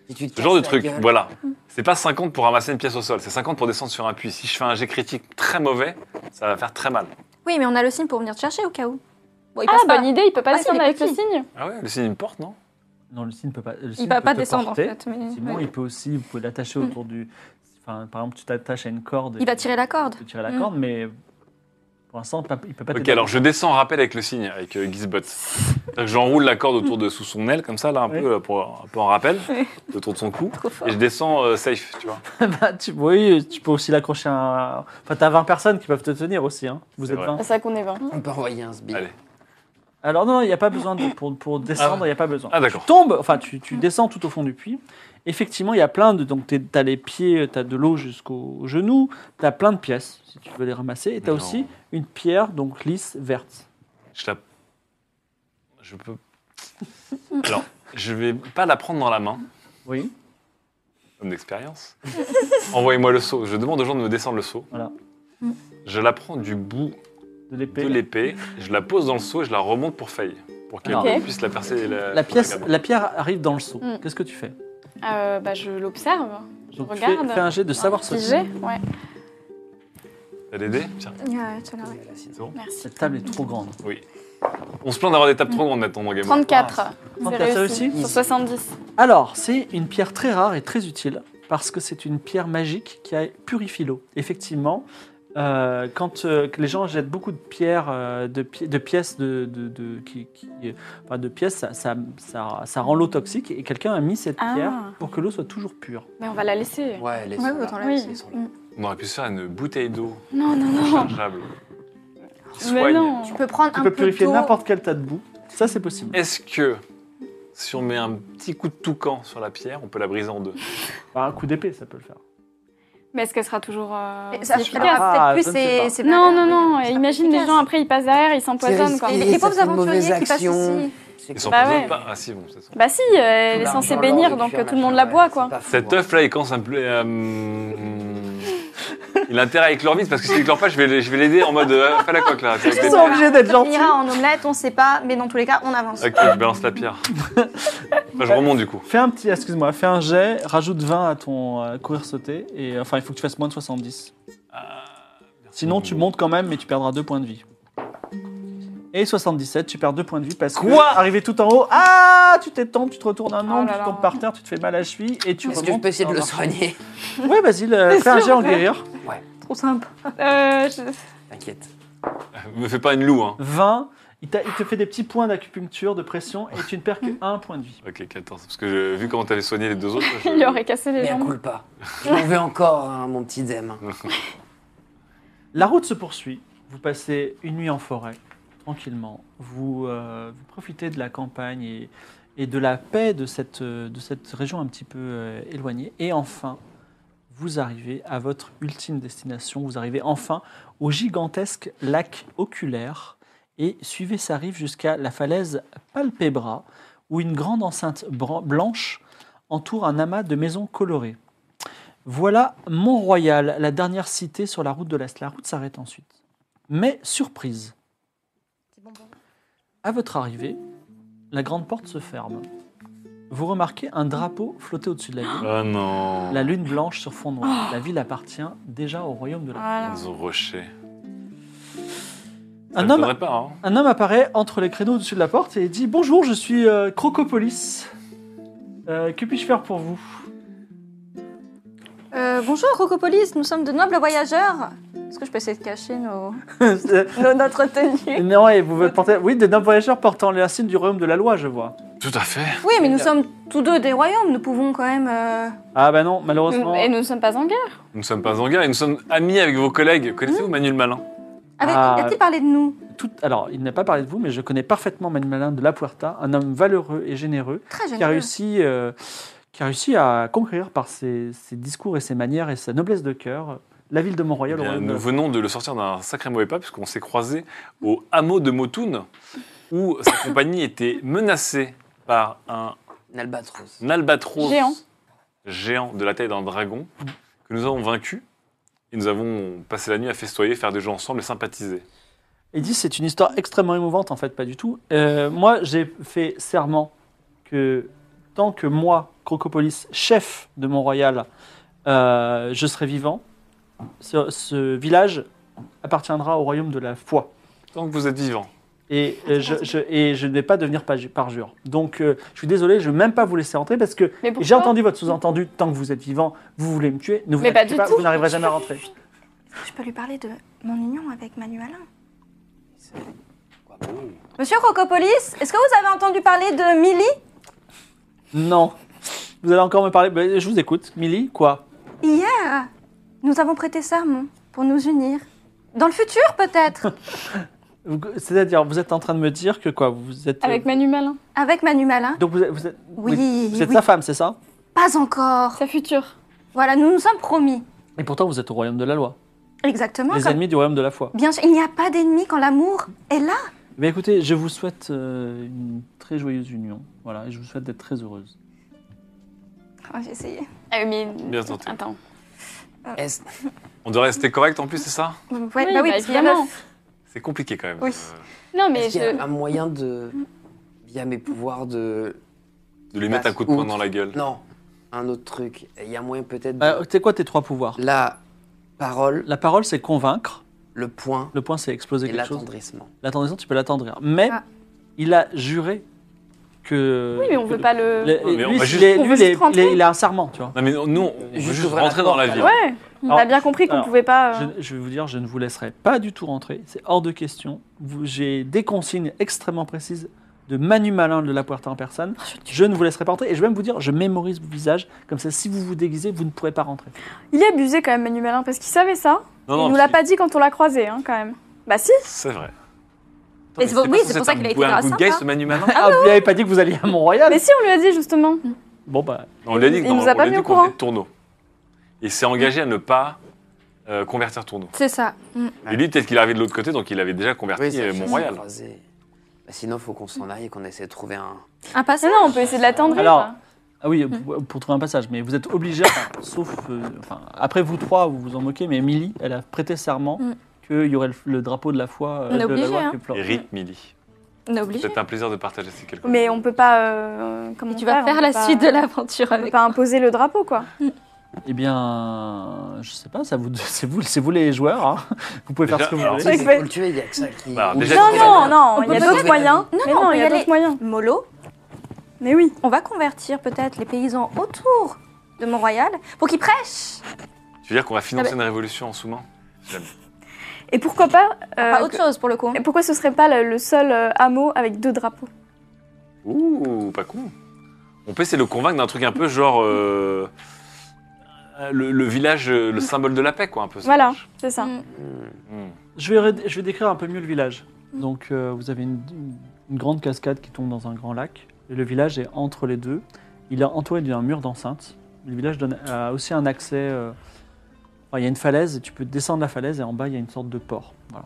si tu te
ce genre
casses
de
la
truc,
gueule.
voilà. C'est pas 50 pour ramasser une pièce au sol, c'est 50 pour descendre sur un puits. Si je fais un jet critique très mauvais, ça va faire très mal.
Oui, mais on a le signe pour venir te chercher au cas où. Bon, il
Ah,
passe pas.
bah.
bonne idée, il peut pas
Ah, si,
descendre
il est
avec le
petit.
signe.
Ah ouais, le signe une porte, non
Non, le signe ne peut pas. Le
Il
signe
va
peut
pas
te
descendre
porter.
en fait. mais-
Sinon,
ouais. Mm.
il peut aussi, vous pouvez l'attacher autour du. Enfin, par exemple, tu t'attaches à une corde. et-
Il va tirer la corde.
Tu peux tirer la
Mm.
corde, mais pour l'instant, pas- il peut pas.
Ok,
t'aider.
alors je descends en rappel avec le signe, avec euh, Gizbot. C'est-à-dire que J'enroule la corde autour de sous son aile, comme ça, là, un,
Ouais.
peu, là, pour, un peu en rappel, autour de son cou. Et je descends euh, safe, tu vois.
Bah, tu, oui, tu peux aussi l'accrocher à. un- Enfin, t'as 20 personnes qui peuvent te tenir aussi. Hein. Vous
C'est
êtes
vrai.
20.
C'est ça qu'on est 20.
On peut envoyer un sbire.
Allez.
Alors, non, non, il n'y a pas besoin de, pour, pour descendre, il n'y a pas besoin.
Ah, d'accord.
tombe, enfin tu, tu descends tout au fond du puits. Effectivement, il y a plein de. Donc, tu as les pieds, tu as de l'eau jusqu'aux genoux, tu as plein de pièces, si tu veux les ramasser. Et tu as
Non.
aussi une pierre, donc lisse, verte.
Je la. Je peux. Alors, je vais pas la prendre dans la main,
Oui.
comme d'expérience. Envoyez-moi le seau. Je demande aux gens de me descendre le seau.
Voilà.
Mm.
Je la prends du bout
De l'épée.
de l'épée, je la pose dans le seau et je la remonte pour Faye. Pour
Ah.
qu'elle
Ok.
puisse la percer. et La,
La, pièce,
regarder.
la pierre arrive dans le seau.
Mm.
Qu'est-ce que tu fais
Euh, bah, je l'observe. Je
Donc, tu fais,
regarde.
fais un jet de savoir
Petit
sauter.
jet, ouais.
T'as l'aider Tiens.
Ouais, tu l'as, ouais.
Merci.
Cette table est trop grande.
On se plaint d'avoir des tables trop grandes maintenant dans Game of
34.
Ah,
J'ai
t'as ça
réussi.
aussi
Sur 70.
Alors, c'est une pierre très rare et très utile parce que c'est une pierre magique qui a- purifie l'eau. Effectivement, euh, quand euh, que les gens jettent beaucoup de pierres, euh, de, pi- de pièces, de, de- de- qui- qui- euh, enfin, de pièces, ça, ça- ça- ça rend l'eau toxique et quelqu'un a mis cette
Ah.
pierre pour que l'eau soit toujours pure.
Mais on va la laisser.
Ouais, les
Ouais, autant la
Oui.
laisser.
Ils sont là.
Mm.
On aurait pu se faire une bouteille d'eau
Non, non, non.
rechargeable. Qui
Mais
soigne.
non.
Tu peux prendre
Tu
un
peux
peu
purifier
d'eau.
n'importe quel tas de boue. Ça, c'est possible.
Est-ce que si on met un petit coup de toucan sur la pierre, on peut la briser en deux
Par Bah, un coup d'épée, ça peut le faire.
Mais est-ce qu'elle sera toujours. euh,
Et Ça,
aussi
je sais
Ah,
efficace
pas, peut-être
je ne
plus,
sais pas.
c'est... c'est
Non,
pas-
non, non.
c'est pas
Imagine les
efficace.
gens après, ils passent derrière, ils s'empoisonnent quoi.
risqué.
Et les
Et ça
pauvres
fait une mauvaise
aventuriers qui passent
action.
ici.
Ils
C'est
s'en
Bah
posent
ouais.
pas Ah si, bon, c'est ça.
Bah si, euh, elle est
Tout
censée
l'argent,
bénir,
l'or,
donc
le
euh,
cuir,
tout le monde
machin,
la boit
ouais,
quoi.
c'est pas fou,
Cet
hein.
œuf là, il commence un peu. euh, hum, il a intérêt à éclore vite parce que s'il éclore pas, je vais le- je vais l'aider en mode euh, fais la coque là. tu vois,
Ils
avec
sont
les-
obligés d'être
On
gentils.
ira en omelette, on sait pas, mais dans tous les cas, on avance.
Ok, je balance la pierre. Enfin, je remonte du coup.
Fais un petit, excuse-moi, fais un jet, rajoute 20 à ton courir-sauter. Et euh, enfin, il faut que tu fasses moins de 70. Sinon, tu montes quand même, mais tu perdras 2 points de vie. Et 77, tu perds 2 points de vie parce
Quoi
que arrivé tout en haut, ah, tu t'étends, tu te retournes un
Oh
angle,
là
tu
là.
tombes par terre, tu te fais mal à la cheville et tu
Est-ce
remontes.
que je peux essayer de
dans
le
un-
soigner
Ouais, vas-y, le- fais un jet en guérir.
Trop simple.
Euh, je-
T'inquiète.
Me fais pas une loue, hein.
20, il, t'a- il te fait des petits points d'acupuncture, de pression et tu ne perds que
Hum.
1 point de vie.
Ok, 14. Parce que je- vu comment t'avais soigné les deux autres. je-
Il aurait cassé les
Mais elle
jambes.
coule pas. Je m'en veux encore, hein, mon petit Zem.
La route se poursuit. Vous passez une nuit en forêt, tranquillement. Vous, euh, vous profitez de la campagne et, et de la paix de cette, euh, de cette région un petit peu euh, éloignée. Et enfin, vous arrivez à votre ultime destination. Vous arrivez enfin au gigantesque lac oculaire et suivez sa rive jusqu'à la falaise Palpebra, où une grande enceinte bran- blanche entoure un amas de maisons colorées. Voilà Mont-Royal, la dernière cité sur la route de l'Est. La route s'arrête ensuite. Mais surprise, à votre arrivée, la grande porte se ferme. Vous remarquez un drapeau flotter au-dessus de la ville.
Ah non.
La lune blanche sur fond noir. La ville appartient déjà au royaume de la.
Voilà.
Ils ont rushé. Ça
Un
me
homme,
donnerait pas, hein.
un homme apparaît entre les créneaux au-dessus de la porte et dit Bonjour, je suis euh, Crocopolis. Euh, que puis-je faire pour vous
Euh, bonjour, Rocopolis, nous sommes de nobles voyageurs. Est-ce que je peux essayer de cacher nos... nos- notre tenue
Non, et vous portez. Oui, des nobles voyageurs portant les signes du royaume de la loi, je vois.
Tout à fait.
Oui, mais nous sommes tous deux des royaumes, nous pouvons quand même... euh,
Ah bah non,
Nous-
malheureusement.
Et nous ne sommes pas en guerre.
Nous ne sommes pas en guerre et nous sommes amis avec vos collègues. Connaissez-vous
Mmh.
Manuel Malin
avec-
Ah.
A-t-il parlé de nous
Tout- alors, il n'a pas parlé de vous, mais je connais parfaitement Manuel Malin de la Puerta, un homme valeureux et généreux
Très jeune.
qui a réussi, euh, qui a réussi à conquérir par ses, ses discours et ses manières et sa noblesse de cœur la ville de Mont-Royal. au
Eh Bien,
royaume de-
Nous venons de le sortir d'un sacré mauvais pas puisqu'on s'est croisé au hameau de Motoun où sa compagnie était menacée par un
Albatros.
albatros
Géant.
géant de la taille d'un dragon que nous avons vaincu. Et nous avons passé la nuit à festoyer, faire des jeux ensemble et sympathiser.
Il dit c'est une histoire extrêmement émouvante, en fait, pas du tout. Euh, moi, j'ai fait serment que tant que moi, Crocopolis, chef de Mont-Royal, euh, je serai vivant, ce, ce village appartiendra au royaume de la foi.
Tant que vous êtes vivant.
Ah,
Et, euh, je, je- et je ne vais pas devenir paju- parjure. Donc, euh, je suis désolé, je ne vais même pas vous laisser entrer parce que
Mais pourquoi
j'ai entendu votre sous-entendu tant que vous êtes vivant, vous voulez me tuer, ne vous
Mais pas
inquiétez
du
pas,
tout.
vous n'arriverez jamais à rentrer.
Je peux lui parler de mon union avec Manuelin.
Quoi, bon
Monsieur Rocopolis, est-ce que vous avez entendu parler de Millie
Non. Vous allez encore me parler Ben, Je vous écoute. Milly, quoi
Hier, Ah, nous avons prêté serment pour nous unir. Dans le futur, peut-être
Vous- C'est-à-dire, vous êtes en train de me dire que quoi Vous êtes. euh,
Avec Manu Malin,
Avec Manu Malin.
Donc, vous êtes. Vous êtes,
Oui,
vous êtes
oui.
sa femme, c'est ça
Pas encore.
sa future.
Voilà, nous nous sommes promis.
Et pourtant, vous êtes au royaume de la loi.
Exactement.
les
comme-
ennemis du royaume de la foi.
Bien sûr, il n'y a pas d'ennemi quand l'amour est là.
Mais écoutez, je vous souhaite euh, une très joyeuse union. Voilà, et je vous souhaite d'être très heureuse.
Ah, J'ai essayé.
Ah oui, mais.
Bien tenté.
Attends.
Est-ce-
On doit rester correct en plus, c'est ça
Ouais, bah
Oui,
oui,
bah
parce qu'il y a
évidemment.
neuf.
C'est compliqué quand même.
Oui.
euh,
Non, mais
Est-ce qu'il y a
je. Mm.
un moyen de. via mes pouvoirs de.
de lui mettre un coup de poing dans la gueule.
Bah, Non, un autre truc. Il y a moyen peut-être de.
Euh, c'est quoi tes trois pouvoirs
la parole,
La parole, c'est convaincre.
le point
Le point, c'est exploser
et
quelque chose.
l'attendrissement.
L'attendrissement, tu peux l'attendrir. Mais
Ah.
il a juré que.
Oui, mais on
que-
veut pas le.
le-
Oui, mais on
lui,
va
il
juste-
est-
on
lui,
veut
il est-
juste rentrer.
il est- il a un serment, tu vois.
Non, mais nous, on veut
Juste
juste
ouvrir la
rentrer dans la
porte,
ville.
Ouais, on
Alors,
a bien compris qu'on
alors,
pouvait pas. euh,
Je, je vais vous dire, je ne vous laisserai pas du tout rentrer. C'est hors de question. Vous- J'ai des consignes extrêmement précises de Manu Malin de la Puerta en personne. Je ne vous laisserai pas rentrer. Et je vais même vous dire, je mémorise vos visages. Comme ça, si vous vous déguisez, vous ne pourrez pas rentrer.
Il est abusé quand même, Manu Malin, parce qu'il savait ça.
Non,
il nous l'a pas dit quand on l'a croisé, hein, quand même. Bah si,
C'est vrai.
Mais c'est- oui, c'est pour ça qu'il a été
un
dans la
good
sorte,
guy,
hein.
ce Manu Malin.
Ah, vous n'avez pas dit que vous alliez à Mont-Royal
mais si, on lui a dit justement.
Bon, bah,
On lui a dit que
Il nous
dans-
a
on
pas
lui a
mis
dit
au
qu'on
courant.
venait de Tourneau. Il s'est engagé à ne pas euh, convertir Tourneau.
C'est ça. Mm.
Et lui, peut-être qu'il arrivait de l'autre côté, donc il avait déjà
Ah. Oui,
converti
c'est
euh, Mont-Royal.
croisé. Bah, sinon, faut qu'on s'en aille et qu'on essaie de trouver un.
Un
Non,
passage.
non, on peut essayer de l'attendre. hein.
Alors,
enfin.
Ah oui, pour, pour trouver un passage, mais vous êtes obligés, enfin, sauf. euh, enfin, après vous trois, vous vous en moquez, mais Milly, elle a prêté serment
Mm.
qu'il y aurait le, le drapeau de la foi. euh,
On est
de la
obligé,
loi
hein.
qui plante.
Eric Mili.
On est obligé.
C'est un plaisir de partager ces quelques
Mais on peut pas. euh, comment
Et tu
on
vas
on
faire
peut
la
pas-
suite de l'aventure
On peut
avec
pas imposer le drapeau, quoi.
Eh bien, je sais pas, ça vous, c'est vous, c'est vous les joueurs. hein. Vous pouvez faire
Déjà,
ce que vous
alors,
voulez.
c'est-
C'est faut le tuer, il y a que ça qui.
Bah,
Ou
déjà,
bien
Non,
qu'on
trouver la-
non, non,
On
il y a
peut
d'autres
peut-être-
moyens.
Non,
Mais
non,
non,
on
il y
peut
a
y
d'autres
aller.
moyens.
Molo.
Mais oui.
On va convertir peut-être les paysans autour de Mont-Royal pour qu'ils prêchent.
Tu veux dire qu'on va financer
Ah,
une révolution en sous-main
Et pourquoi pas. euh,
Pas autre chose pour le coup.
que- et pourquoi ce serait pas le, le seul euh, hameau avec deux drapeaux
Ouh, pas con. On peut essayer de le convaincre d'un truc un peu genre. euh, le, le village, euh, le symbole de la paix, quoi, un peu. ça.
Voilà, c'est ça.
Mm.
Hmm.
Hmm.
Je vais, ré- je vais décrire un peu mieux le village.
Mm.
Donc, euh, vous avez une, une- une grande cascade qui tombe dans un grand lac. Et le village est entre les deux. Il est entouré d'un mur d'enceinte. Le village donne a aussi un accès. euh, enfin, il y a une falaise et tu peux descendre la falaise et en bas il y a une sorte de port. Voilà.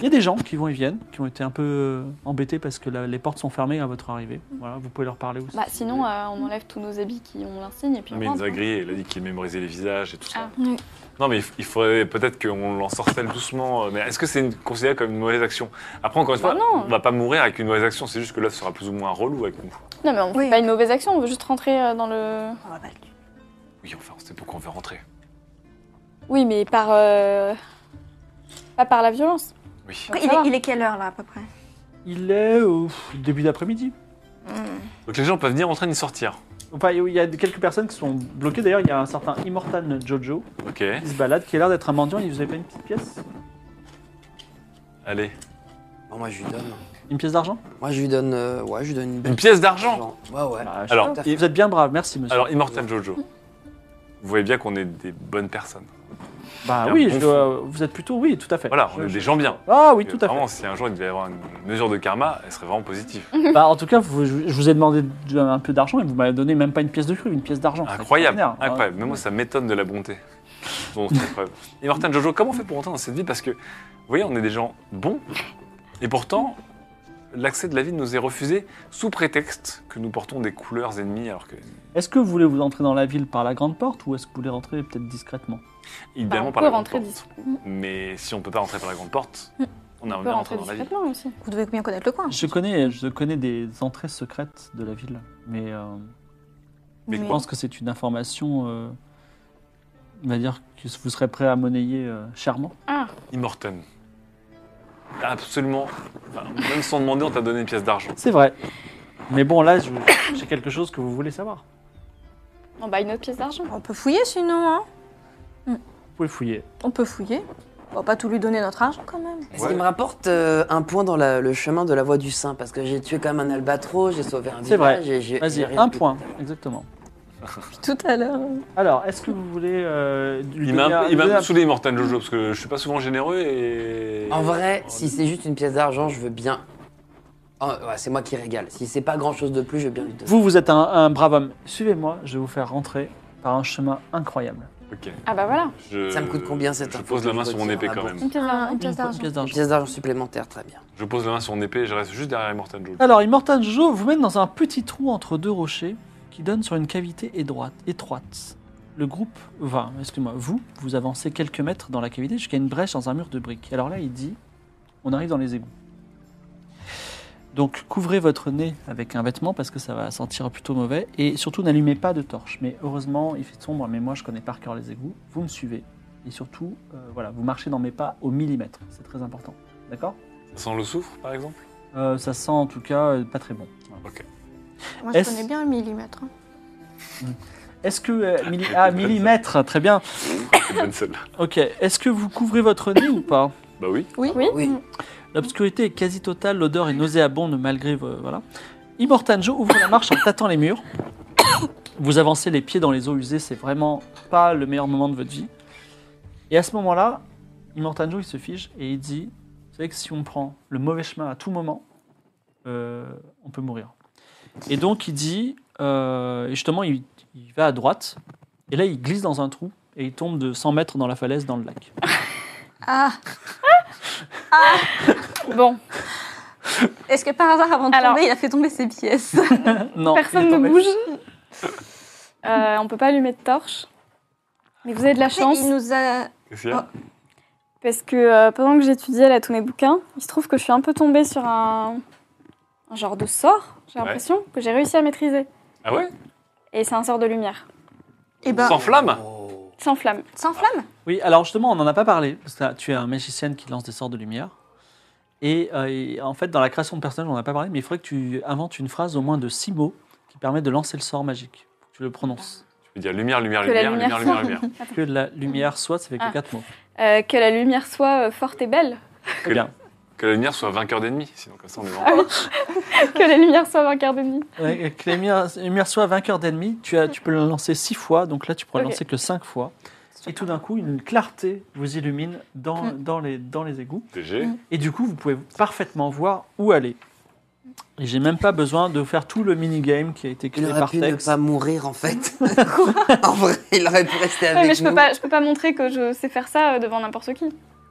Il y a des gens qui vont et viennent, qui ont été un peu euh, embêtés parce que la- les portes sont fermées à votre arrivée. Voilà, vous pouvez leur parler aussi.
Mm. Bah, sinon, euh, on enlève tous nos habits qui ont l'insigne et puis
Mais il nous
on rentre.
a
hein.
grillé, il a dit qu'il mémorisait les visages et tout ça.
Ah.
Oui.
Non, mais il f- il faudrait peut-être qu'on l'ensorcelle doucement. euh, Mais est-ce que c'est une- considéré comme une mauvaise action Après, encore une
Bah
fois,
non.
on va pas mourir avec une mauvaise action, c'est juste que l'œuf sera plus ou moins relou avec nous.
Non, mais on
Oui.
fait pas une mauvaise action, on veut juste rentrer euh, dans le.
On va pas le tuer.
Oui, enfin, on sait pourquoi on veut rentrer.
Oui, mais par. euh, Pas par la violence. Bah,
Oui.
Après,
Ça
il,
va.
est, il est quelle heure là à peu près
euh,
Il est au début d'après-midi.
Donc les gens peuvent venir entrer ni sortir.
Enfin, il y a quelques personnes qui sont bloquées. D'ailleurs, il y a un certain Immortal Jojo
Ok,
qui se balade, qui a l'air d'être un mendiant. Il vous avez pas une petite pièce
allez.
Bon, moi, je lui donne.
Une pièce d'argent
Moi, je lui donne. euh, ouais, je lui donne une
Une
belle.
pièce d'argent
Ouais, ouais.
Bah, je-
Mmh. Alors,
Tout à fait.
Vous êtes bien brave, merci monsieur.
alors, Immortal Jojo, vous voyez bien qu'on est des bonnes personnes.
bah
un
oui,
bon
je dois- vous êtes plutôt, oui, tout à fait.
Voilà, on
Je-
est
je-
des gens bien.
Ah oui, tout à fait.
Vraiment, si un jour il devait y avoir une mesure de karma, elle serait vraiment positive.
Bah, en tout cas, vous- je je vous ai demandé de- un peu d'argent et vous m'avez donné même pas une pièce de cru, une pièce d'argent. C'est
Ah, Incroyable,
extraordinaire. hein.
incroyable. Même moi,
Mmh.
ça m'étonne de la bonté. Bon, c'est incroyable. Et Martin, Jojo, comment on fait pour entrer dans cette vie Parce que, vous voyez, on est des gens bons, et pourtant, l'accès de la ville nous est refusé sous prétexte que nous portons des couleurs ennemies, alors que,
Est-ce que vous voulez vous entrer dans la ville par la grande porte ou est-ce que vous voulez rentrer peut-être discrètement
Bah,
idéalement,
on
par
peut
la grande
rentrer
porte.
dis-
Mais si on peut pas rentrer par la grande porte, on a
on
envie
peut
de
rentrer
rentrer dans la ville.
discrètement aussi.
Vous devez bien connaître le coin.
Je connais, je connais des entrées secrètes de la ville, mais euh,
Mais
je
quoi
pense que c'est une information, euh, on va dire que vous serez prêt à monnayer euh, chèrement.
Immortan. Absolument. Enfin, même sans demander, on t'a donné une pièce d'argent.
C'est vrai. Mais bon, là, je- j'ai quelque chose que vous voulez savoir.
On bah, une autre pièce d'argent.
On peut fouiller sinon, hein
Vous pouvez fouiller.
On peut fouiller. On va pas tout lui donner notre argent quand même.
Est-ce qu'il me rapporte euh, un point dans la- le chemin de la voie du saint Parce que j'ai tué quand même un albatros, j'ai sauvé un
C'est vrai.
village et j'ai-
Vas-y,
j'ai rien
un
fait.
point, exactement.
Puis tout à l'heure.
Alors, est-ce que vous voulez euh, lui
Il m'a
donner
un
un-
peu, il m'a un
donner
peu
un-
saoulé, Immortan Jojo, parce que je suis pas souvent généreux et. Oh,
En vrai, si c'est juste une pièce d'argent, je veux bien. Oh, ouais, c'est moi qui régale. Si c'est pas grand chose de plus, je veux bien lui donner.
Vous, vous êtes un, un brave homme. Suivez-moi, je vais vous faire rentrer par un chemin incroyable.
Ok.
Ah bah voilà,
Je-
Ça me coûte combien, cette
Je
info
pose la
que
main
je
sur mon
retire
épée
Ah
quand
bon
même.
une pièce
Une
d'argent.
pièce
Une
d'argent.
pièce d'argent supplémentaire, très bien.
Je pose la main sur mon épée et je reste juste derrière Immortan Jojo.
Alors, Immortan Jojo vous mène dans un petit trou entre deux rochers qui donne sur une cavité étroite. étroite. Le groupe, va, excusez-moi, vous, vous avancez quelques mètres dans la cavité jusqu'à une brèche dans un mur de briques. Alors là, il dit, on arrive dans les égouts. Donc, couvrez votre nez avec un vêtement parce que ça va sentir plutôt mauvais. Et surtout, n'allumez pas de torche. Mais heureusement, il fait sombre, mais moi, je connais par cœur les égouts. Vous me suivez. Et surtout, euh, voilà, vous marchez dans mes pas au millimètre. C'est très important. D'accord
Sans le soufre, par exemple
Euh, Ça sent en tout cas euh, pas très bon.
Moi je
Est-ce-
connais bien le millimètre. hein.
Est-ce que. euh, milli- Ah, millimètre, très bien.
C'est bonne celle-là.
Ok. Est-ce que vous couvrez votre nez ou pas
Ben Bah oui.
Oui.
Mmh.
L'obscurité est quasi totale, l'odeur est nauséabonde malgré. vo- Voilà. Immortanjo ouvre la marche en tâtant les murs. Vous avancez les pieds dans les eaux usées, c'est vraiment pas le meilleur moment de votre vie. Et à ce moment-là, Immortanjo il se fige et il dit Vous savez que si on prend le mauvais chemin à tout moment, euh, on peut mourir. Et donc il dit euh, Et justement, il, il va à droite, et là il glisse dans un trou, et il tombe de 100 mètres dans la falaise, dans le lac.
Ah
bon,
Est-ce que par hasard avant de
Alors-
tomber il a fait tomber ses pièces
Non, il est
personne ne
tombé.
bouge. Euh, on peut pas allumer de torche. Mais vous avez de la chance.
Il nous a.
Qu'est-ce qu'il y a
Ah.
Parce que euh, pendant que j'étudiais là tous mes bouquins, il se trouve que je suis un peu tombée sur un, un genre de sort, j'ai
Ouais.
l'impression, que j'ai réussi à maîtriser.
Ah ouais
Et c'est un sort de lumière,
Eh
Ah.
ben,
Sans flamme
Oh.
sans flamme.
sans flamme
Oui, alors justement, on n'en a pas parlé, parce que tu es un magicien qui lance des sorts de lumière. Et, euh, et en fait, dans la création de personnage, on n'en a pas parlé, mais il faudrait que tu inventes une phrase au moins de six mots qui permet de lancer le sort magique. Faut que Tu le prononces.
Ah,
Je veux dire lumière, lumière,
Que la
lumière, lumière,
lumière
lumière, lumière.
Que la lumière soit, ça fait que
Ah.
quatre mots.
Euh, que la lumière soit euh, forte et belle.
Très bien.
Que la lumière soit vainqueur d'ennemis, sinon comme ça on est
Ah
vraiment.
que la lumière soit vainqueur d'ennemi.
Ouais, que la lumière, la lumière soit vainqueur d'ennemis, tu, as- tu peux le lancer six fois, donc là tu pourras le
Ok.
lancer que cinq fois. Et tout d'un coup, une clarté vous illumine dans,
Hmm.
dans, les, dans les égouts.
GG.
Mm.
Et du coup, vous pouvez parfaitement voir où aller. Et j'ai même pas besoin de faire tout le minigame qui a été
Il
créé
aurait
par
pu ne
Tex.
pas mourir en fait. en vrai, il aurait pu rester
Ouais,
avec
mais je
nous.
peux, pas, je peux pas montrer que je sais faire ça euh, devant n'importe qui.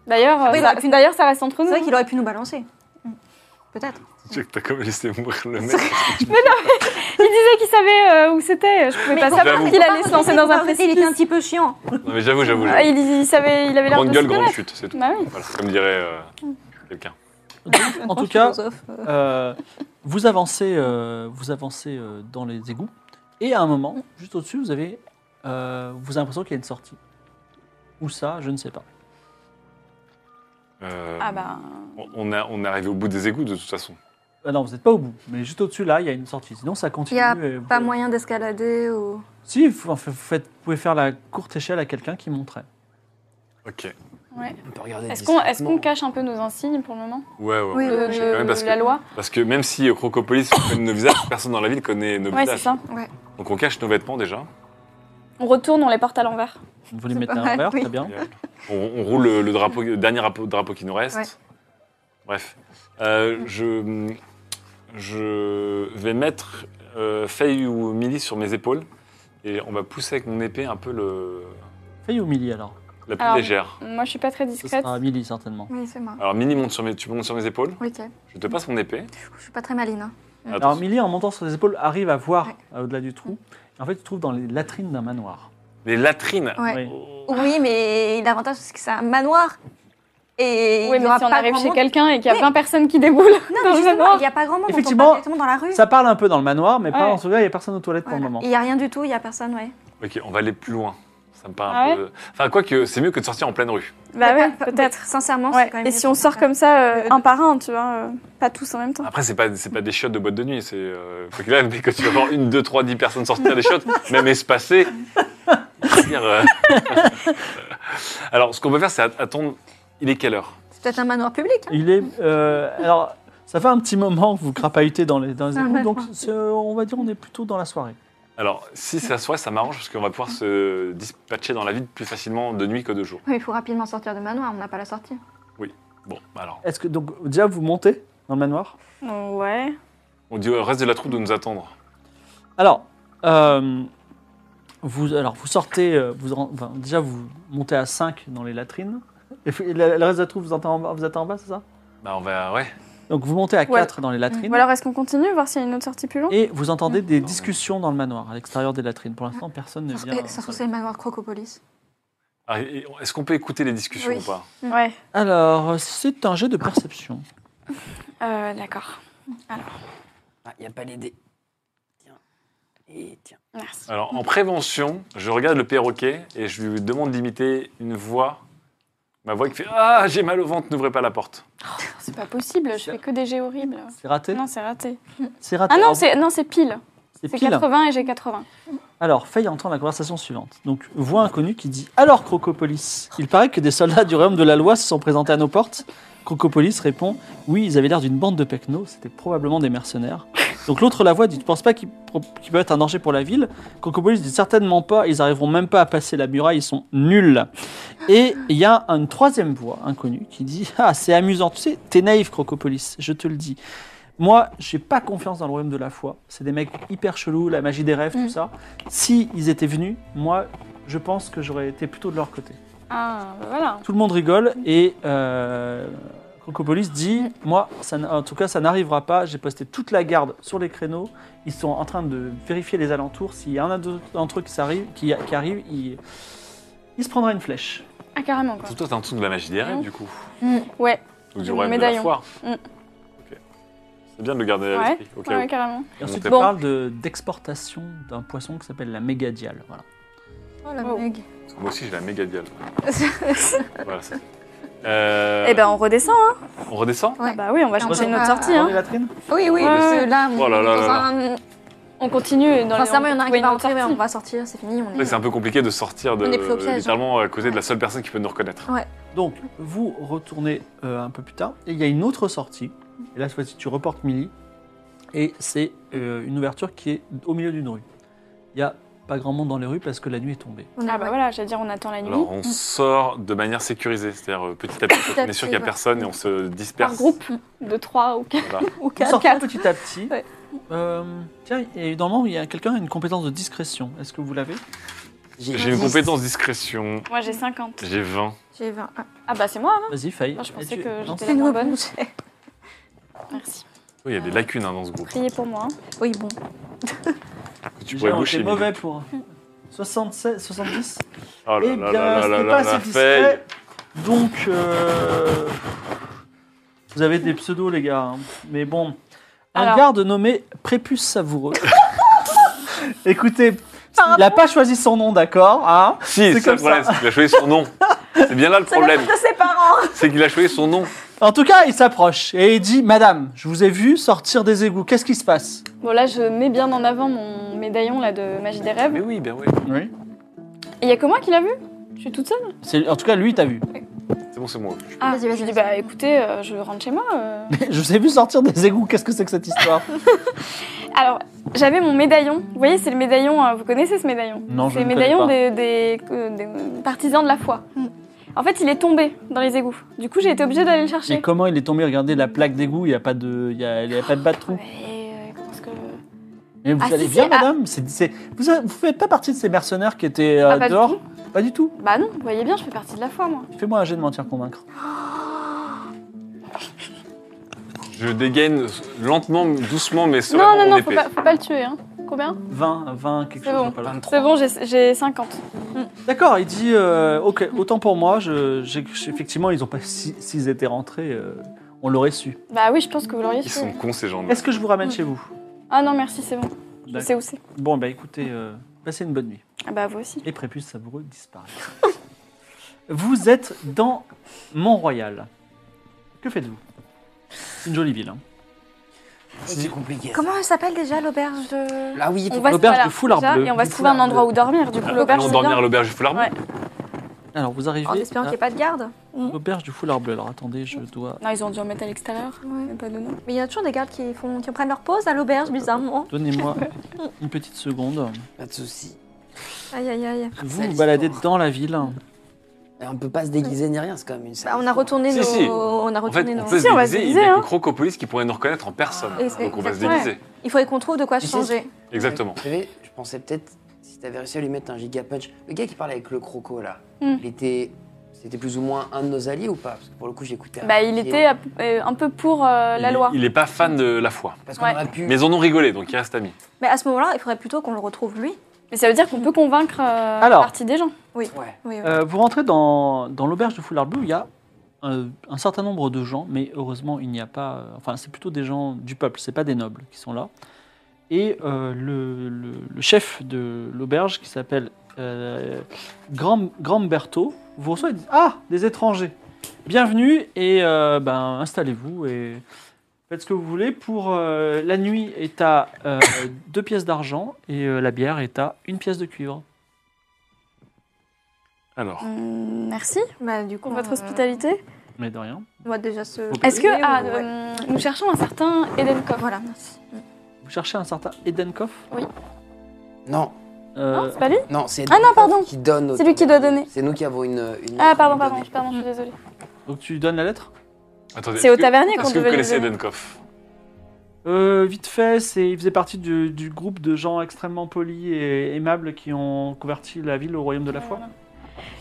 D'ailleurs, euh,
Oui, il
ça-
aurait pu-
d'ailleurs, ça reste entre nous.
Mm.
C'est vrai qu'il aurait pu nous balancer. Hmm. Peut-être.
Tu sais que t'as quand même laissé mourir le mec.
Il disait qu'il savait euh, où c'était. Je pouvais
Mais
pas
pourquoi
savoir
J'avoue.
qu'il
Par
allait
contre,
se lancer dans un
par côté, Il était un
précipice.
petit peu chiant.
Non, mais j'avoue, j'avoue.
Ah,
j'avoue.
il, il savait, il avait l'air
Grande
de
gueule,
se
grande
connaître.
chute, c'est tout.
Bah oui.
Voilà, comme dirait euh, quelqu'un.
En tout cas, euh, vous avancez, euh, vous avancez euh, dans les égouts, et à un moment, juste au-dessus, vous avez, euh, vous avez l'impression qu'il y a une sortie. Où ça, je ne sais pas.
Euh,
Ah bah.
on- on, a, on est arrivé au bout des égouts de toute façon.
Ah non, vous n'êtes pas au bout, mais juste au-dessus, là, il y a une sortie. Sinon, ça continue.
Il y a
et vous-
Pas moyen d'escalader ou.
Si, vous, enfin, vous faites- vous pouvez faire la courte échelle à quelqu'un qui monterait.
Ok.
On peut regarder
Est-ce qu'on est
discrètement.
cache un peu nos insignes pour le moment
Ouais, ouais.
Oui,
ouais.
de,
oui,
Je-
de-
ouais, parce,
de
que,
la loi
parce que même si euh, Crocopolis connaît nos visages, personne dans la ville connaît nos
Ouais, c'est
visages.
ça.
Donc on cache nos vêtements déjà.
On retourne, on les porte à l'envers.
Vous les
C'est
mettez
pas
à
mal,
l'envers,
oui.
très bien.
euh, On, on roule le, le drapeau, le dernier drapeau, drapeau qui nous reste.
Ouais.
Bref. Euh, je, je vais mettre euh, Faye ou Millie sur mes épaules et on va pousser avec mon épée un peu le,
Feuille ou Millie, alors
la plus
Alors,
légère.
Moi, je suis pas très
Ce
discrète.
sera Millie, certainement.
Oui, c'est moi.
Alors Millie, monte sur mes, tu montes sur mes épaules.
Ok.
Je te passe mon épée.
Mm.
Je suis pas très maline. hein.
Alors,
Attention.
Millie, en montant sur les épaules, arrive à voir
Ouais. Mm.
euh, au-delà du trou. En fait, tu te trouves dans les latrines d'un manoir.
Les latrines.
Ouais.
Oui.
Oui, mais l'avantage, c'est que c'est un manoir. Et
Oui,
il y
mais
aura
si on
pas
arrive
grand
chez
monde.
quelqu'un et qu'il y a
Oui.
20 personnes qui déboulent
Non,
dans
mais
le
justement, il
manoir,
n'y a pas grand monde.
Effectivement,
Effectivement. Directement dans la rue.
Ça parle un peu dans le manoir, mais pas
Ouais.
en tout cas, il n'y a personne aux toilettes
Voilà.
pour le moment.
Et Il n'y a rien du tout, il n'y a personne, ouais.
Ok, on va aller plus loin. Ça me paraît
Ah
un peu. Enfin, quoique, c'est mieux que de sortir en pleine rue.
Ouais,
bah ouais,
pas-
peut-être.
mais Sincèrement,
Ouais.
c'est quand même.
Et si on sort comme ça, euh, un par un, tu vois, euh, pas tous en même temps.
Après, c'est pas, c'est pas des shots de boîte de nuit. C'est. euh, faut que là, dès que tu vas voir une, deux, trois, dix personnes sortir des shots, même espacés. je veux dire, euh, Alors, ce qu'on peut faire, c'est at- attendre. Il est quelle heure
C'est peut-être un manoir public. hein.
Il est. euh, alors, ça fait un petit moment que vous crapaillez dans les, dans les
Ah,
égouts,
ouais.
donc c'est, euh, on va dire on est plutôt dans la soirée.
Alors, si ça soit, ça m'arrange parce qu'on va pouvoir se dispatcher dans la ville plus facilement de nuit que de jour.
Oui, il faut rapidement sortir du manoir, on n'a pas la sortie.
Bon, bah alors,
Est-ce que donc déjà vous montez dans le manoir
Euh, Ouais.
on dit au reste de la troupe de nous attendre.
Alors, euh, vous alors vous sortez, euh, vous en- enfin, déjà vous montez à 5 dans les latrines. Et vous- et le le reste de la troupe vous attend en bas, vous attend en bas, c'est ça
Bah, on va, ouais.
Donc vous montez à
Ouais.
4 dans les latrines
Ou alors est-ce qu'on continue, voir s'il y a une autre sortie plus longue
et vous entendez des discussions dans le manoir, à l'extérieur des latrines. Pour l'instant, personne ne
Ça
vient.
se- eh, ça se trouve, c'est le manoir de Crocopolis.
Ah, et- Est-ce qu'on peut écouter les discussions
Oui.
ou pas
Ouais.
Alors, c'est un jeu de perception.
Euh, D'accord.
Ah, Il n'y a pas les dés. Tiens. Et tiens.
Merci.
Alors, en prévention, je regarde le perroquet et je lui demande d'imiter une voix. Ma voix qui fait Ah, j'ai mal au ventre, n'ouvrez pas la porte.
C'est pas possible, je fais que des jets horribles.
C'est raté
Non, c'est raté.
C'est raté.
Ah non,
Alors,
c'est non, c'est pile.
c'est
C'est
pile.
80 et j'ai 80.
Alors, Faye entend la conversation suivante. Donc, voix inconnue qui dit Alors, Crocopolis, il paraît que des soldats du royaume de la loi se sont présentés à nos portes. Crocopolis répond Oui, ils avaient l'air d'une bande de pecnos, c'était probablement des mercenaires. Donc, l'autre la voix dit Tu penses pas qu'ils pro- qu'ils peuvent être un danger pour la ville Crocopolis dit Certainement pas, ils arriveront même pas à passer la muraille, ils sont nuls. Et il y a une troisième voix inconnue qui dit Ah, c'est amusant, tu sais, t'es naïf, Crocopolis, je te le dis. Moi, j'ai pas confiance dans le royaume de la foi. C'est des mecs hyper chelous, la magie des rêves, tout ça. Si ils étaient venus, moi, je pense que j'aurais été plutôt de leur côté.
Ah, bah voilà.
Tout le monde rigole et euh, Crocopolis dit Moi, ça n- en tout cas, ça n'arrivera pas. J'ai posté toute la garde sur les créneaux. Ils sont en train de vérifier les alentours. S'il y en a d'autres d'entre eux qui, s'arrivent- qui, qui arrivent, il, il se prendra une flèche.
Ah, carrément quoi.
Surtout, toi, t'es en dessous de la magie des rêves,
Mm.
du coup.
Ouais,
Ou du
Le
royaume de la
médaillon.
foire.
Mm.
Ok. C'est bien de le garder à
Ouais.
l'esprit. au cas
ouais,
où.
carrément.
Et ensuite,
Bon.
on parle de- d'exportation d'un poisson qui s'appelle la mégadiale. Voilà.
Oh la
Oh.
meg.
Moi aussi, j'ai la méga diale. voilà, ça. Euh,
Eh ben, on redescend. hein.
On redescend
Ouais.
Bah oui, on va
Non,
chercher
on
une autre
va-
sortie.
Dans
Hein.
les latrines
Oui, oui,
Ouais,
parce
ouais.
que là, on
Oh là
est
là
dans
là
un.
On continue. Dans
Sincèrement,
les...
il y en a un qui
trouver
va
une
rentrer, ouais,
sortie.
on va sortir, c'est fini, on
C'est vrai que
est.
c'est un peu compliqué de sortir de.
On est pris au piège, hein.
littéralement à côté de la seule personne qui peut nous reconnaître.
Donc, vous retournez euh, un peu plus tard, et il y a une autre sortie. Et là, cette fois-ci, tu reportes Millie. Et c'est euh, une ouverture qui est au milieu d'une rue. Il n'y a pas grand monde dans les rues parce que la nuit est tombée.
On est-
Ah, bah voilà, j'allais dire, on attend la nuit.
Alors, on sort de manière sécurisée. C'est-à-dire, euh, petit à petit,
à
on est sûr
petit,
qu'il n'y a
ouais.
personne et on se
Par
disperse.
groupe de 3 ou 4.
Voilà.
Ou
Vous
4.
sortez petit à petit.
Ouais.
Euh, tiens, et normalement, il y a quelqu'un qui a une compétence de discrétion. Est-ce que vous l'avez
J'ai une compétence discrétion.
Moi, j'ai 50.
J'ai 20.
J'ai 21.
Ah bah c'est moi, non
Vas-y, faille.
Moi, Je
Et
pensais
tu-
que
non,
j'étais
C'est
la
une
moins
bonne.
bonne. Merci.
Oui, il
Ah.
y a des lacunes hein, dans ce groupe.
Priez pour moi. hein.
Oui, bon.
Tu
Déjà,
pourrais
on
boucher.
était
Emily.
mauvais pour 76, 70.
Oh là
Eh bien,
là là
ce
là
n'est
là
pas
là,
assez
Faye.
discret. Donc, euh, vous avez des pseudos, les gars. hein. Mais bon, un
Alors.
garde nommé Prépuce Savoureux. Écoutez, il n'a pas choisi son nom, d'accord hein
Si, c'est ça
comme
le
ça.
problème, c'est qu'il a choisi son nom. C'est bien là le
C'est la
problème.
faute de ses parents.
C'est qu'il a choisi son nom.
En tout cas, il s'approche et il dit Madame, je vous ai vu sortir des égouts. Qu'est-ce qui se passe
Bon là, je mets bien en avant mon médaillon là de magie des rêves.
Mais oui, ben oui.
Oui.
Et il y a que moi qui l'a vu Je suis toute seule.
En tout cas, lui, t'as vu.
C'est bon, c'est moi.
Ah,
Vas-y, vas-y,
je dis
vas-y.
bah écoutez, euh, je rentre chez moi. euh.
je vous ai vu sortir des égouts. Qu'est-ce que c'est que cette histoire
Alors, j'avais mon médaillon. Vous voyez, c'est le médaillon. euh, vous connaissez ce médaillon
Non, je
C'est le
ne connais
médaillon
pas.
des, des- euh, des partisans de la foi.
Mm.
En fait, il est tombé dans les égouts. Du coup, j'ai été obligée d'aller le
Mais
chercher.
comment il est tombé Regardez la plaque d'égout, il n'y a pas de, il y a, il y a pas de bas de trou.
Mais, euh, comment est-ce que...
Mais vous
Ah,
allez
si,
bien,
si, ah.
madame C'est- c'est- Vous ne faites pas partie de ces mercenaires qui étaient euh,
Ah, pas du
dehors
tout.
Pas du tout.
Bah non, vous voyez bien, je fais partie de la foi, moi.
Fais-moi un jet de mentir convaincre.
Je dégaine lentement, doucement, mais
Non,
sereinement
non, non,
mon
faut
épée.
pas, faut pas le tuer. Hein. Combien
20, 20, quelque
C'est
chose.
bon.
pas loin.
C'est bon, j'ai- j'ai 50.
D'accord, il dit euh, Ok, autant pour moi, je, j'ai- effectivement, ils ont pas, si- s'ils étaient rentrés, euh, on l'aurait su.
Bah oui, je pense que vous l'auriez
Ils
su.
sont cons, ces gens-là.
Est-ce que je vous ramène chez vous
Ah non, merci, c'est bon. Je
D'accord.
sais où c'est.
Bon, bah écoutez, euh, passez une bonne nuit.
Ah bah vous aussi.
Et Prépuce Savoureux disparaît. vous êtes dans Mont-Royal. Que faites-vous C'est une jolie ville. hein.
C'est compliqué.
Comment elle s'appelle déjà l'auberge de...
Ah oui, il faut-
On va se
l'auberge
voilà,
du Foulard
déjà,
Bleu.
Et on va
Du
se trouver un
Foulard
endroit où dormir. Du coup, l'auberge,
Allons
c'est
dormir à
bien.
l'auberge du foulard bleu.
Ouais.
Alors, vous arrivez
En espérant qu'il n'y
à
ait pas de garde.
l'auberge du Foulard Bleu. Alors, attendez, je dois
Non, ils ont dû en mettre à l'extérieur.
Ouais.
mais Pas dedans.
Mais il y a toujours des gardes qui, font... qui prennent leur pause à l'auberge, bizarrement.
Donnez-moi une petite seconde.
Pas de soucis.
Aïe, aïe, aïe.
Vous
Sale
vous baladez
histoire.
dans la ville.
Et on peut pas se déguiser ni rien, c'est quand même une sale
Bah, on a
histoire.
retourné
Si,
nos...
si.
On a
En fait,
retourné
on
nos...
peut
Si, on va se
se déguiser. Il y
déguiser,
a des
hein.
crocopolis qui pourraient nous reconnaître en personne.
Et c'est-
Donc on va se
exactement.
déguiser.
Il faudrait qu'on trouve de quoi
Mais
changer.
Exactement.
Vous savez, je pensais peut-être si t'avais réussi à lui mettre un giga punch. Le gars qui parlait avec le croco là,
Hmm.
il était. C'était plus ou moins un de nos alliés ou pas Parce que pour le coup, j'écoutais.
Bah, il était à- euh, un peu pour euh, la
il,
loi.
il est pas fan de la foi.
Parce qu'on
Ouais.
aurait pu.
Mais ils en ont rigolé, donc il reste ami.
Mais à ce moment-là, il faudrait plutôt qu'on le retrouve lui.
Mais ça veut dire qu'on peut convaincre euh,
Alors.
partie des gens.
Ouais.
Oui, oui.
Euh, vous rentrez dans, dans l'auberge du Foulard Bleu, il y a euh, un certain nombre de gens, mais heureusement, il n'y a pas. euh, enfin, c'est plutôt des gens du peuple, c'est pas des nobles qui sont là. Et euh, le, le- le chef de l'auberge, qui s'appelle euh, Grand, Berthaud, vous reçoit et dit Ah, des étrangers Bienvenue et euh, ben, installez-vous et faites ce que vous voulez. Pour euh, la nuit est à euh, deux pièces d'argent et euh, la bière est à une pièce de cuivre.
Alors,
Hum, merci
Bah, du coup,
pour votre
euh,
hospitalité.
Mais de rien.
Moi, déjà, ce...
Est-ce que.
Oui,
Ah,
oui, oui.
euh, nous cherchons un certain Edenkov.
Voilà, merci.
Vous cherchez un certain Edenkoff euh,
Non,
Non, c'est pas lui
non, c'est.
Ah non, pardon.
Qui donne.
C'est lui qui doit donner.
C'est nous qui avons une. une-
Ah, pardon,
une
pardon,
donnée.
pardon, je suis désolée.
Donc tu lui donnes la lettre
attendez.
C'est
est-ce
au
que-
tavernier qu'on
Est-ce que vous
devait lui
connaissez
donner.
Edenkoff
euh, Vite fait, c'est, il faisait partie du, du groupe de gens extrêmement polis et aimables qui ont converti la ville au royaume de la foi.
Voilà.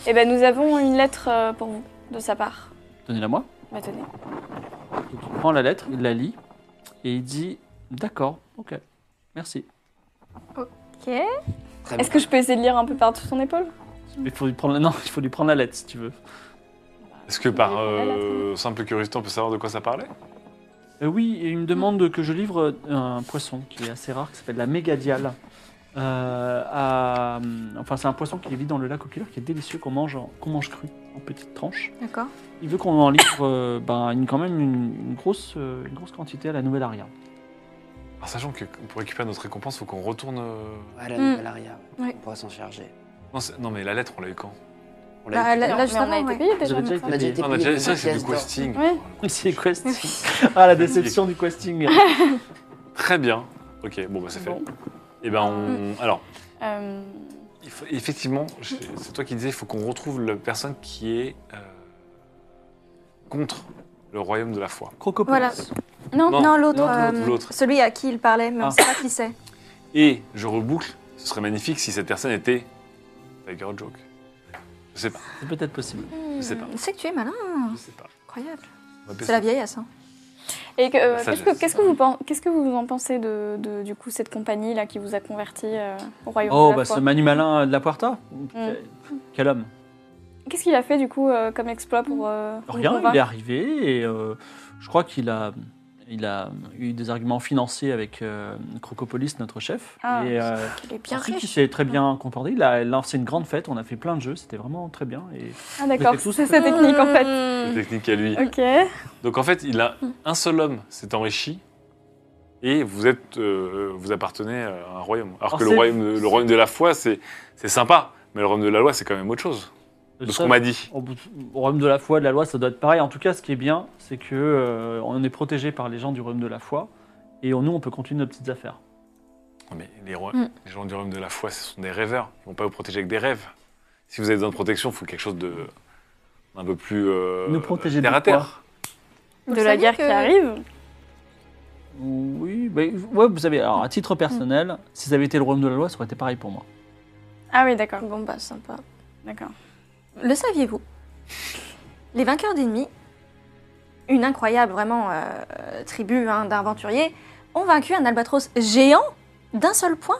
Eh ben, nous avons une lettre euh, pour vous, de sa part.
Donnez-la moi.
Bah, tenez.
Donc, il prend la lettre, il la lit et il dit D'accord, ok, merci.
Ok.
Très
Est-ce
bien.
que je peux essayer de lire un peu par-dessus son épaule
Mais faut lui prendre la... Non, il faut lui prendre la lettre si tu veux.
Est-ce que par euh, simple curiosité, on peut savoir de quoi ça parlait
Euh, oui, et il
Mm.
me demande que je livre un poisson qui est assez rare, qui s'appelle la mégadiale. Euh, à- hum, Enfin, c'est un poisson qui vit dans le lac au qui est délicieux, qu'on mange, en- qu'on mange cru en petites tranches.
D'accord.
Il veut qu'on en livre euh, ben, une- quand même une, une grosse, euh, une grosse quantité à la nouvelle aria.
Alors, Ah, sachant que pour récupérer notre récompense, faut qu'on retourne. euh,
Ouais, la
Hmm.
nouvelle aria,
Ouais.
On pourra s'en charger.
Non, c'est- non, mais la lettre, on l'a eu quand
On
Bah, là-
l'a eu.
là,
Mais
justement,
on a été
ouais.
payés
Vous
déjà. euh,
avez déjà été
mais enfin.
On a déjà été
Non, Ah, On a
payé
déjà
deux
ça, c'est du
pièces d'or.
questing.
Ouais.
C'est questing. Ah, la déception du questing.
Très bien. Ok, bon, bah, c'est fait.
Bon.
Eh ben, on. Alors,
Euh,
il faut- effectivement, je- c'est toi qui disais, il faut qu'on retrouve la personne qui est euh, contre le royaume de la foi.
Crocopolis.
Voilà.
Non,
Non,
Non, l'autre.
non,
euh,
l'autre, l'autre.
Celui à qui il parlait, mais on
Ah.
sait pas qui c'est.
Et je reboucle, ce serait magnifique si cette personne était Tiger Joke. Je sais pas.
C'est peut-être possible.
Je sais pas.
Je sais que tu es malin,
Je sais pas.
incroyable.
On va appeler
C'est
ça-
la vieillesse. hein.
Et que, euh,
La
qu'est-ce,
sagesse.
que, qu'est-ce que vous pen- qu'est-ce que vous en pensez de, de- du coup cette compagnie là qui vous a converti euh, au royaume
Oh,
de la
bah
foi Hmm.
ce Manu Malin de la Puerta Quel- Quel homme
Qu'est-ce qu'il a fait du coup euh, comme exploit pour euh, vous
Rien, il
convaincre
est arrivé et euh, je crois qu'il a, il a eu des arguments financiers avec euh, Crocopolis, notre chef.
Ah.
et euh,
Elle est bien
ensuite, il
riche.
s'est très bien comporté. Il a lancé une grande fête, on a fait plein de jeux, c'était vraiment très bien. Et euh,
Ah d'accord,
Mais c'est tout,
c'est
c'est-
sa technique
Hmm.
en fait.
la technique à lui.
Ok.
Donc en fait, il a un seul homme s'est enrichi et vous êtes, euh, vous appartenez à un royaume. Alors
Alors,
que le
c'est-
royaume, de, le royaume de la foi, c'est c'est sympa, mais le royaume de la loi, c'est quand même autre chose. De ce
ça,
qu'on m'a dit.
au bout de- au royaume de la foi, de la loi, ça doit être pareil. En tout cas, ce qui est bien, c'est que euh, on est protégé par les gens du royaume de la foi et on- nous, on peut continuer nos petites affaires.
Non, Mais les, rois-
Mm.
les gens du royaume de la foi, ce sont des rêveurs. Ils vont pas vous protéger avec des rêves. Si vous avez besoin de protection, il faut quelque chose de un peu plus euh,
Nous protéger de
terre à
quoi
terre.
Vous
De la
saviez
guerre
que-
qui arrive.
Oui, mais ouais, vous savez, alors à titre personnel, si ça avait été le royaume de la loi, ça aurait été pareil pour moi.
Ah oui, d'accord,
Bon bah sympa.
d'accord.
Le saviez-vous Les vainqueurs d'ennemis, une incroyable vraiment euh, tribu hein, d'aventuriers, ont vaincu un albatros géant d'un seul point,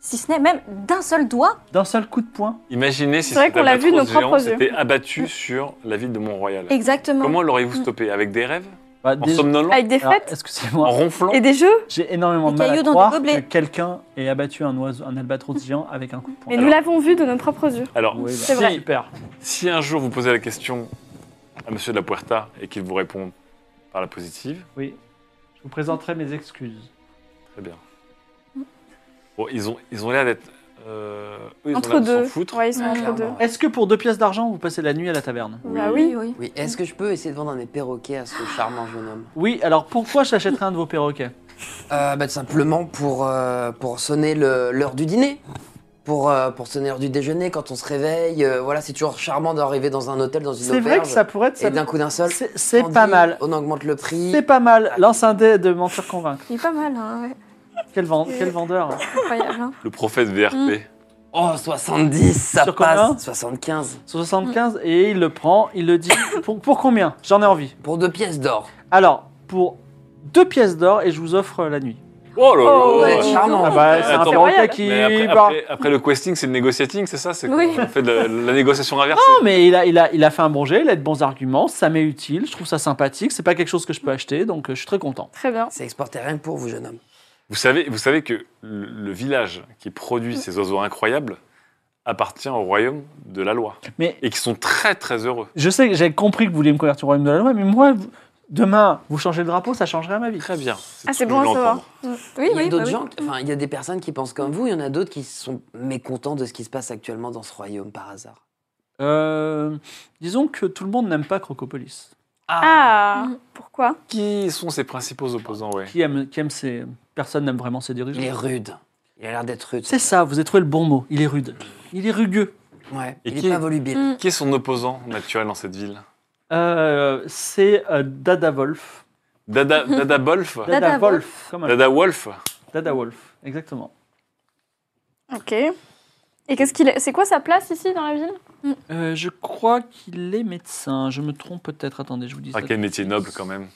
si ce n'est même d'un seul doigt.
D'un seul coup de poing,
Imaginez si
C'est vrai
cet
qu'on l'a vu de nos
albatros géant
propres yeux.
s'était abattu sur la ville de Mont-Royal.
Exactement.
Comment
Mm.
Ah. l'auriez-vous stoppé Avec des rêves
bah,
En
déjà-
somnolant
Avec des
Alors,
fêtes
Excusez-moi.
En ronflant
Ah, et des jeux.
J'ai énormément
Des
de mal à
cailloux dans des
croire que
gobelets.
quelqu'un ait abattu un oiseau, un albatros géant avec un coup de poing.
Mais nous l'avons vu de nos propres yeux.
Alors,
Oui, bah,
C'est vrai.
Super.
si un jour vous posez la question à monsieur de la Puerta et qu'il vous répond par la positive,
Oui. Je vous présenterai mes excuses.
très bien. Bon, ils ont ils ont l'air d'être euh, eux, ils ont
Entre
l'air de s'en
deux.
foutre.
Ouais, ils sont
Ouais,
entre deux.
clairement.
Est-ce que pour deux pièces d'argent, vous passez la nuit à la taverne
Bah oui.
Oui, est-ce que je peux essayer de vendre un des perroquets à ce charmant jeune homme
Oui, alors pourquoi j'achèterai un de vos perroquets
Euh, bah, Simplement pour, euh, pour sonner le- l'heure du dîner. Pour, euh, pour sonner l'heure du déjeuner quand on se réveille. euh, voilà, c'est toujours charmant d'arriver dans un hôtel, dans une
C'est
auberge.
vrai que ça pourrait être...
Et
ça-
d'un coup d'un seul.
C'est c'est
on
pas
dit,
mal.
On augmente le prix.
C'est pas
Ah.
mal. Lance un dé de mentir convaincre.
Il est pas mal, hein, ouais.
Quel, vend- quel vendeur. hein.
incroyable. hein.
Le prophète VRP.
Mm.
Oh, 70, ça
Sur combien
passe. 75.
Sur
Mm.
75 et il le prend, il le dit. Pour, pour combien J'en ai envie.
Pour deux pièces d'or.
Alors, pour deux pièces d'or et je vous offre la nuit.
Oh là là
Oh,
Vous
ouais.
êtes charmant.
Ah bah, c'est un
Attends,
perroquet
royal.
qui...
Mais après,
bah,
après- après le questing, c'est le négociating, c'est ça C'est
Oui.
qu'on fait de la, la négociation inversée.
Non, mais il a, il, a, il a fait un bon jet, il a de bons arguments, ça m'est utile, je trouve ça sympathique, c'est pas quelque chose que je peux acheter, donc euh, je suis très content.
Très bien.
C'est exporté rien que pour vous, jeune homme.
Vous savez, vous savez que le, le village qui produit ces oiseaux incroyables appartient au royaume de la loi
Mais-
et qui sont très très heureux.
Je sais que j'ai compris que vous vouliez me convertir au royaume de la loi, mais moi, vous- demain, vous changez le drapeau, ça changerait ma vie.
Très bien.
Ah, c'est
tout
bon à
l'entendre.
savoir.
Oui,
il y a
oui, bah
d'autres
oui.
gens, enfin, il y a des personnes qui pensent comme vous, il y en a d'autres qui sont mécontents de ce qui se passe actuellement dans ce royaume par hasard.
Euh, disons que tout le monde n'aime pas Crocopolis.
Ah,
Mm.
pourquoi
Qui sont ses principaux opposants ouais.
Qui aime, qui aime ses... Personne n'aime vraiment ses dirigeants.
Il est rude. Il a l'air d'être rude.
C'est ça, vous avez trouvé le bon mot, il est rude. Il est rugueux.
Ouais.
Et
il
qui
est
est-
pas volubile.
Hmm.
Mm.
Qui est son opposant naturel dans cette ville
Euh, c'est euh, Dada Wolf.
Dada, Dada Bolf
Dada,
Dada
Wolf. comme un-
Dada Wolf
Dada Wolf, exactement.
Ok. Et qu'est-ce qu'il est C'est quoi sa place ici dans la ville
Euh, je crois qu'il est médecin. Je me trompe peut-être. Attendez, je vous dis
Ah,
ça.
Quel métier noble quand même.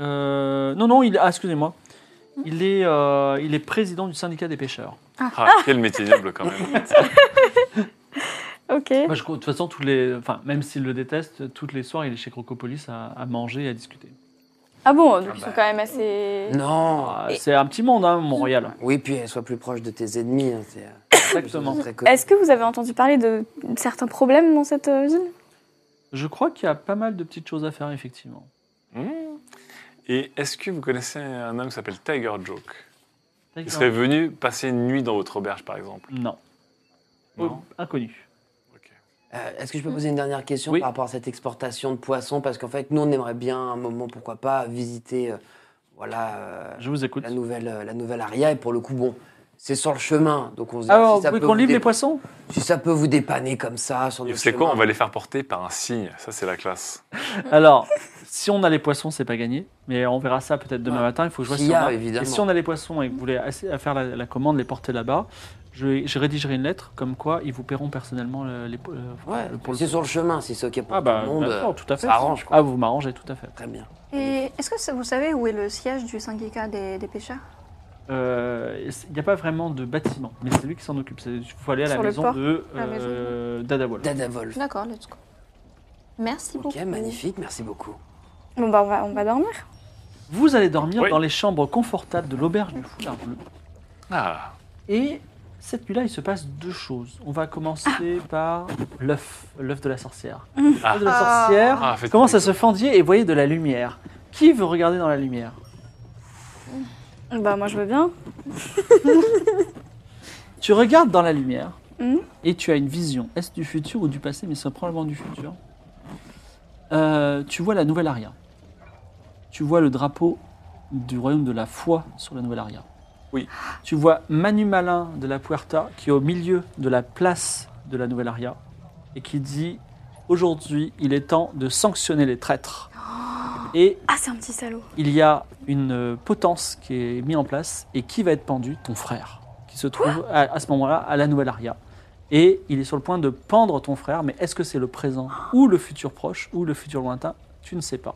Euh, non, non, il ah, excusez-moi. Il est, euh, il est président du syndicat des pêcheurs.
Ah, quel métier noble quand même.
Ok.
Moi, je- de toute façon, tous les, enfin, même s'il le déteste, toutes les soirs, il est chez Crocopolis à, à manger et à discuter.
Ah bon, donc ils sont quand même assez.
Non.
Ah,
Et-
C'est un petit monde, hein, Montréal.
Oui, puis sois plus proche de tes ennemis. hein, c'est, euh,
Exactement.
très connu.
Est-ce que vous avez entendu parler de certains problèmes dans cette euh, ville
Je crois qu'il y a pas mal de petites choses à faire, effectivement.
Mmh. Et est-ce que vous connaissez un homme qui s'appelle Tiger Joke Il
D'accord.
serait venu passer une nuit dans votre auberge par exemple.
Non.
Non
Oh, inconnu.
Ok.
Euh, Est-ce que je peux
Mm.
poser une dernière question
Oui.
par rapport à cette exportation de poissons Parce qu'en fait, nous, on aimerait bien un moment, pourquoi pas, visiter euh, voilà, euh,
Je vous écoute.
la, nouvelle, euh, la nouvelle Aria. Et pour le coup, bon, c'est sur le chemin. Donc on se dit,
Alors,
si ça
Ah, vous voulez
peut
qu'on
vous
livre
dé-
les poissons
Si ça peut vous dépanner comme ça sur
Et
notre
c'est quoi
chemin.
On va les faire porter par un signe. Ça, c'est la classe.
Alors, si on a les poissons, c'est pas gagné. Mais on verra ça peut-être demain
Ouais.
matin. Il faut que je vois
S'il
si
y
on
a,
a.
évidemment.
Et si on a les poissons et que vous voulez assez- à faire la, la commande, les porter là-bas, je, je rédigerai une lettre comme quoi ils vous paieront personnellement le- les, po- euh,
Ouais,
le- pour le-
c'est sur le chemin, si c'est ok pour
Ah bah,
tout le monde.
d'accord, tout à fait.
ça arrange, quoi.
Ah, vous m'arrangez, tout à fait.
Très bien.
Et est-ce que ça- vous savez où est le siège du syndicat des, des pêcheurs
Euh, Il n'y a pas vraiment de bâtiment, mais c'est lui qui s'en occupe. C'est- Il faut aller à la
Sur le
maison
port,
de
la maison.
euh, Dadawal.
Dada Wolf.
D'accord, let's go. Merci
Ok,
beaucoup.
magnifique, merci beaucoup.
Bon, bah, on va, on va dormir.
Vous allez dormir
Oui.
dans les chambres confortables de l'auberge du Foulard Bleu.
Ah,
Et cette nuit-là, il se passe deux choses. On va commencer par l'œuf, l'œuf de la sorcière. L'œuf de la sorcière
Ah, faites-
commence à se fendiller et voyez de la lumière. Qui veut regarder dans la lumière
Bah, moi, je veux bien.
Tu regardes dans la lumière
Mhm.
et tu as une vision. Est-ce du futur ou du passé Mais c'est probablement du futur. Euh, tu vois la nouvelle aria. Tu vois le drapeau du royaume de la foi sur la nouvelle aria.
Oui.
Tu vois Manu Malin de la Puerta qui est au milieu de la place de la nouvelle aria et qui dit Aujourd'hui, il est temps de sanctionner les traîtres. Et
Ah, c'est un petit salaud.
il y a une euh, potence qui est mise en place et qui va être pendu Ton frère, qui se trouve à, à ce moment-là à la Nouvelle Aria. Et il est sur le point de pendre ton frère, mais est-ce que c'est le présent ou le futur proche ou le futur lointain Tu ne sais pas.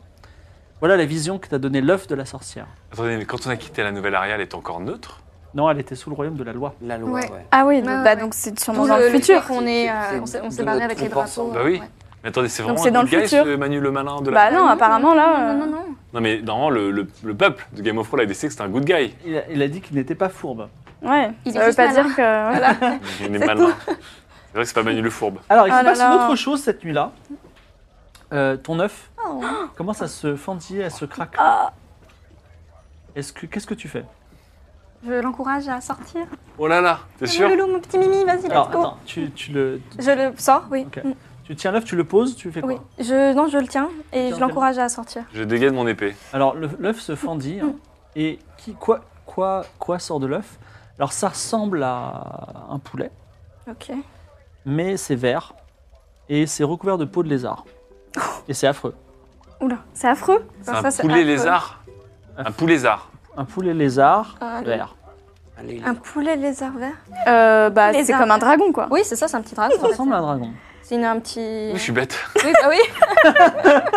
Voilà la vision que t'a donnée l'œuf de la sorcière.
Attendez, mais quand on a quitté la nouvelle aria, elle est encore neutre
Non, elle était sous le royaume de la loi.
La loi,
Ouais.
ouais.
Ah oui,
Ah,
bah,
ouais.
donc c'est
Tout
sûrement dans
le,
le
le
futur.
fait qu'on est, euh,
C'est-
on s'est- on s'est
de
barré
notre
avec les
troupe
drapeaux.
ensemble.
Bah oui.
ouais.
Mais attendez, c'est
Donc
vraiment
c'est dans
un
le
gars,
futur.
ce Manu le malin de la.
Bah, non, apparemment, là.
Non, non,
euh,
non.
Non, mais normalement, le, le- le peuple de Game of Thrones a décidé que c'était un good guy.
Il a, il a dit qu'il n'était pas fourbe.
euh, Ouais,
Il est
ça veut
juste
pas
malin.
dire que. ouais.
Il est malin. C'est vrai que c'est pas Manu le fourbe.
Alors, il
Ah
se
là
passe
là.
une autre chose cette nuit-là. Euh, ton œuf
Oh.
commence à se fendiller, à se craquer. Est-ce que qu'est-ce que tu fais
Je l'encourage à sortir.
Oh là là, t'es sûr
Loulou, mon petit mimi, vas-y, let's
Alors,
go.
attends, tu, tu le
Je le sors, oui.
Ok.
Mm,
Tu tiens l'œuf, tu le poses, tu fais quoi
oui. Je, non, je le tiens et
Tiens,
je l'encourage à sortir.
Je dégaine mon épée.
Alors le- l'œuf se fendit
Mm.
hein, et qui, quoi, quoi, quoi sort de l'œuf Alors ça ressemble à un poulet,
Ok.
mais c'est vert et c'est recouvert de peau de lézard. Et c'est affreux.
Oula, c'est affreux.
C'est un
ça, c'est
poulet
affreux.
lézard Un poulet lézard.
Un poulet lézard
Ah, le-
vert.
Allez,
Un poulet lézard vert
Euh, bah,
Les
c'est
arbres.
comme un dragon, quoi.
Oui, c'est ça, c'est un petit dragon.
Ça ressemble à un dragon.
C'est une- un petit.
Je suis bête.
Oui, bah oui.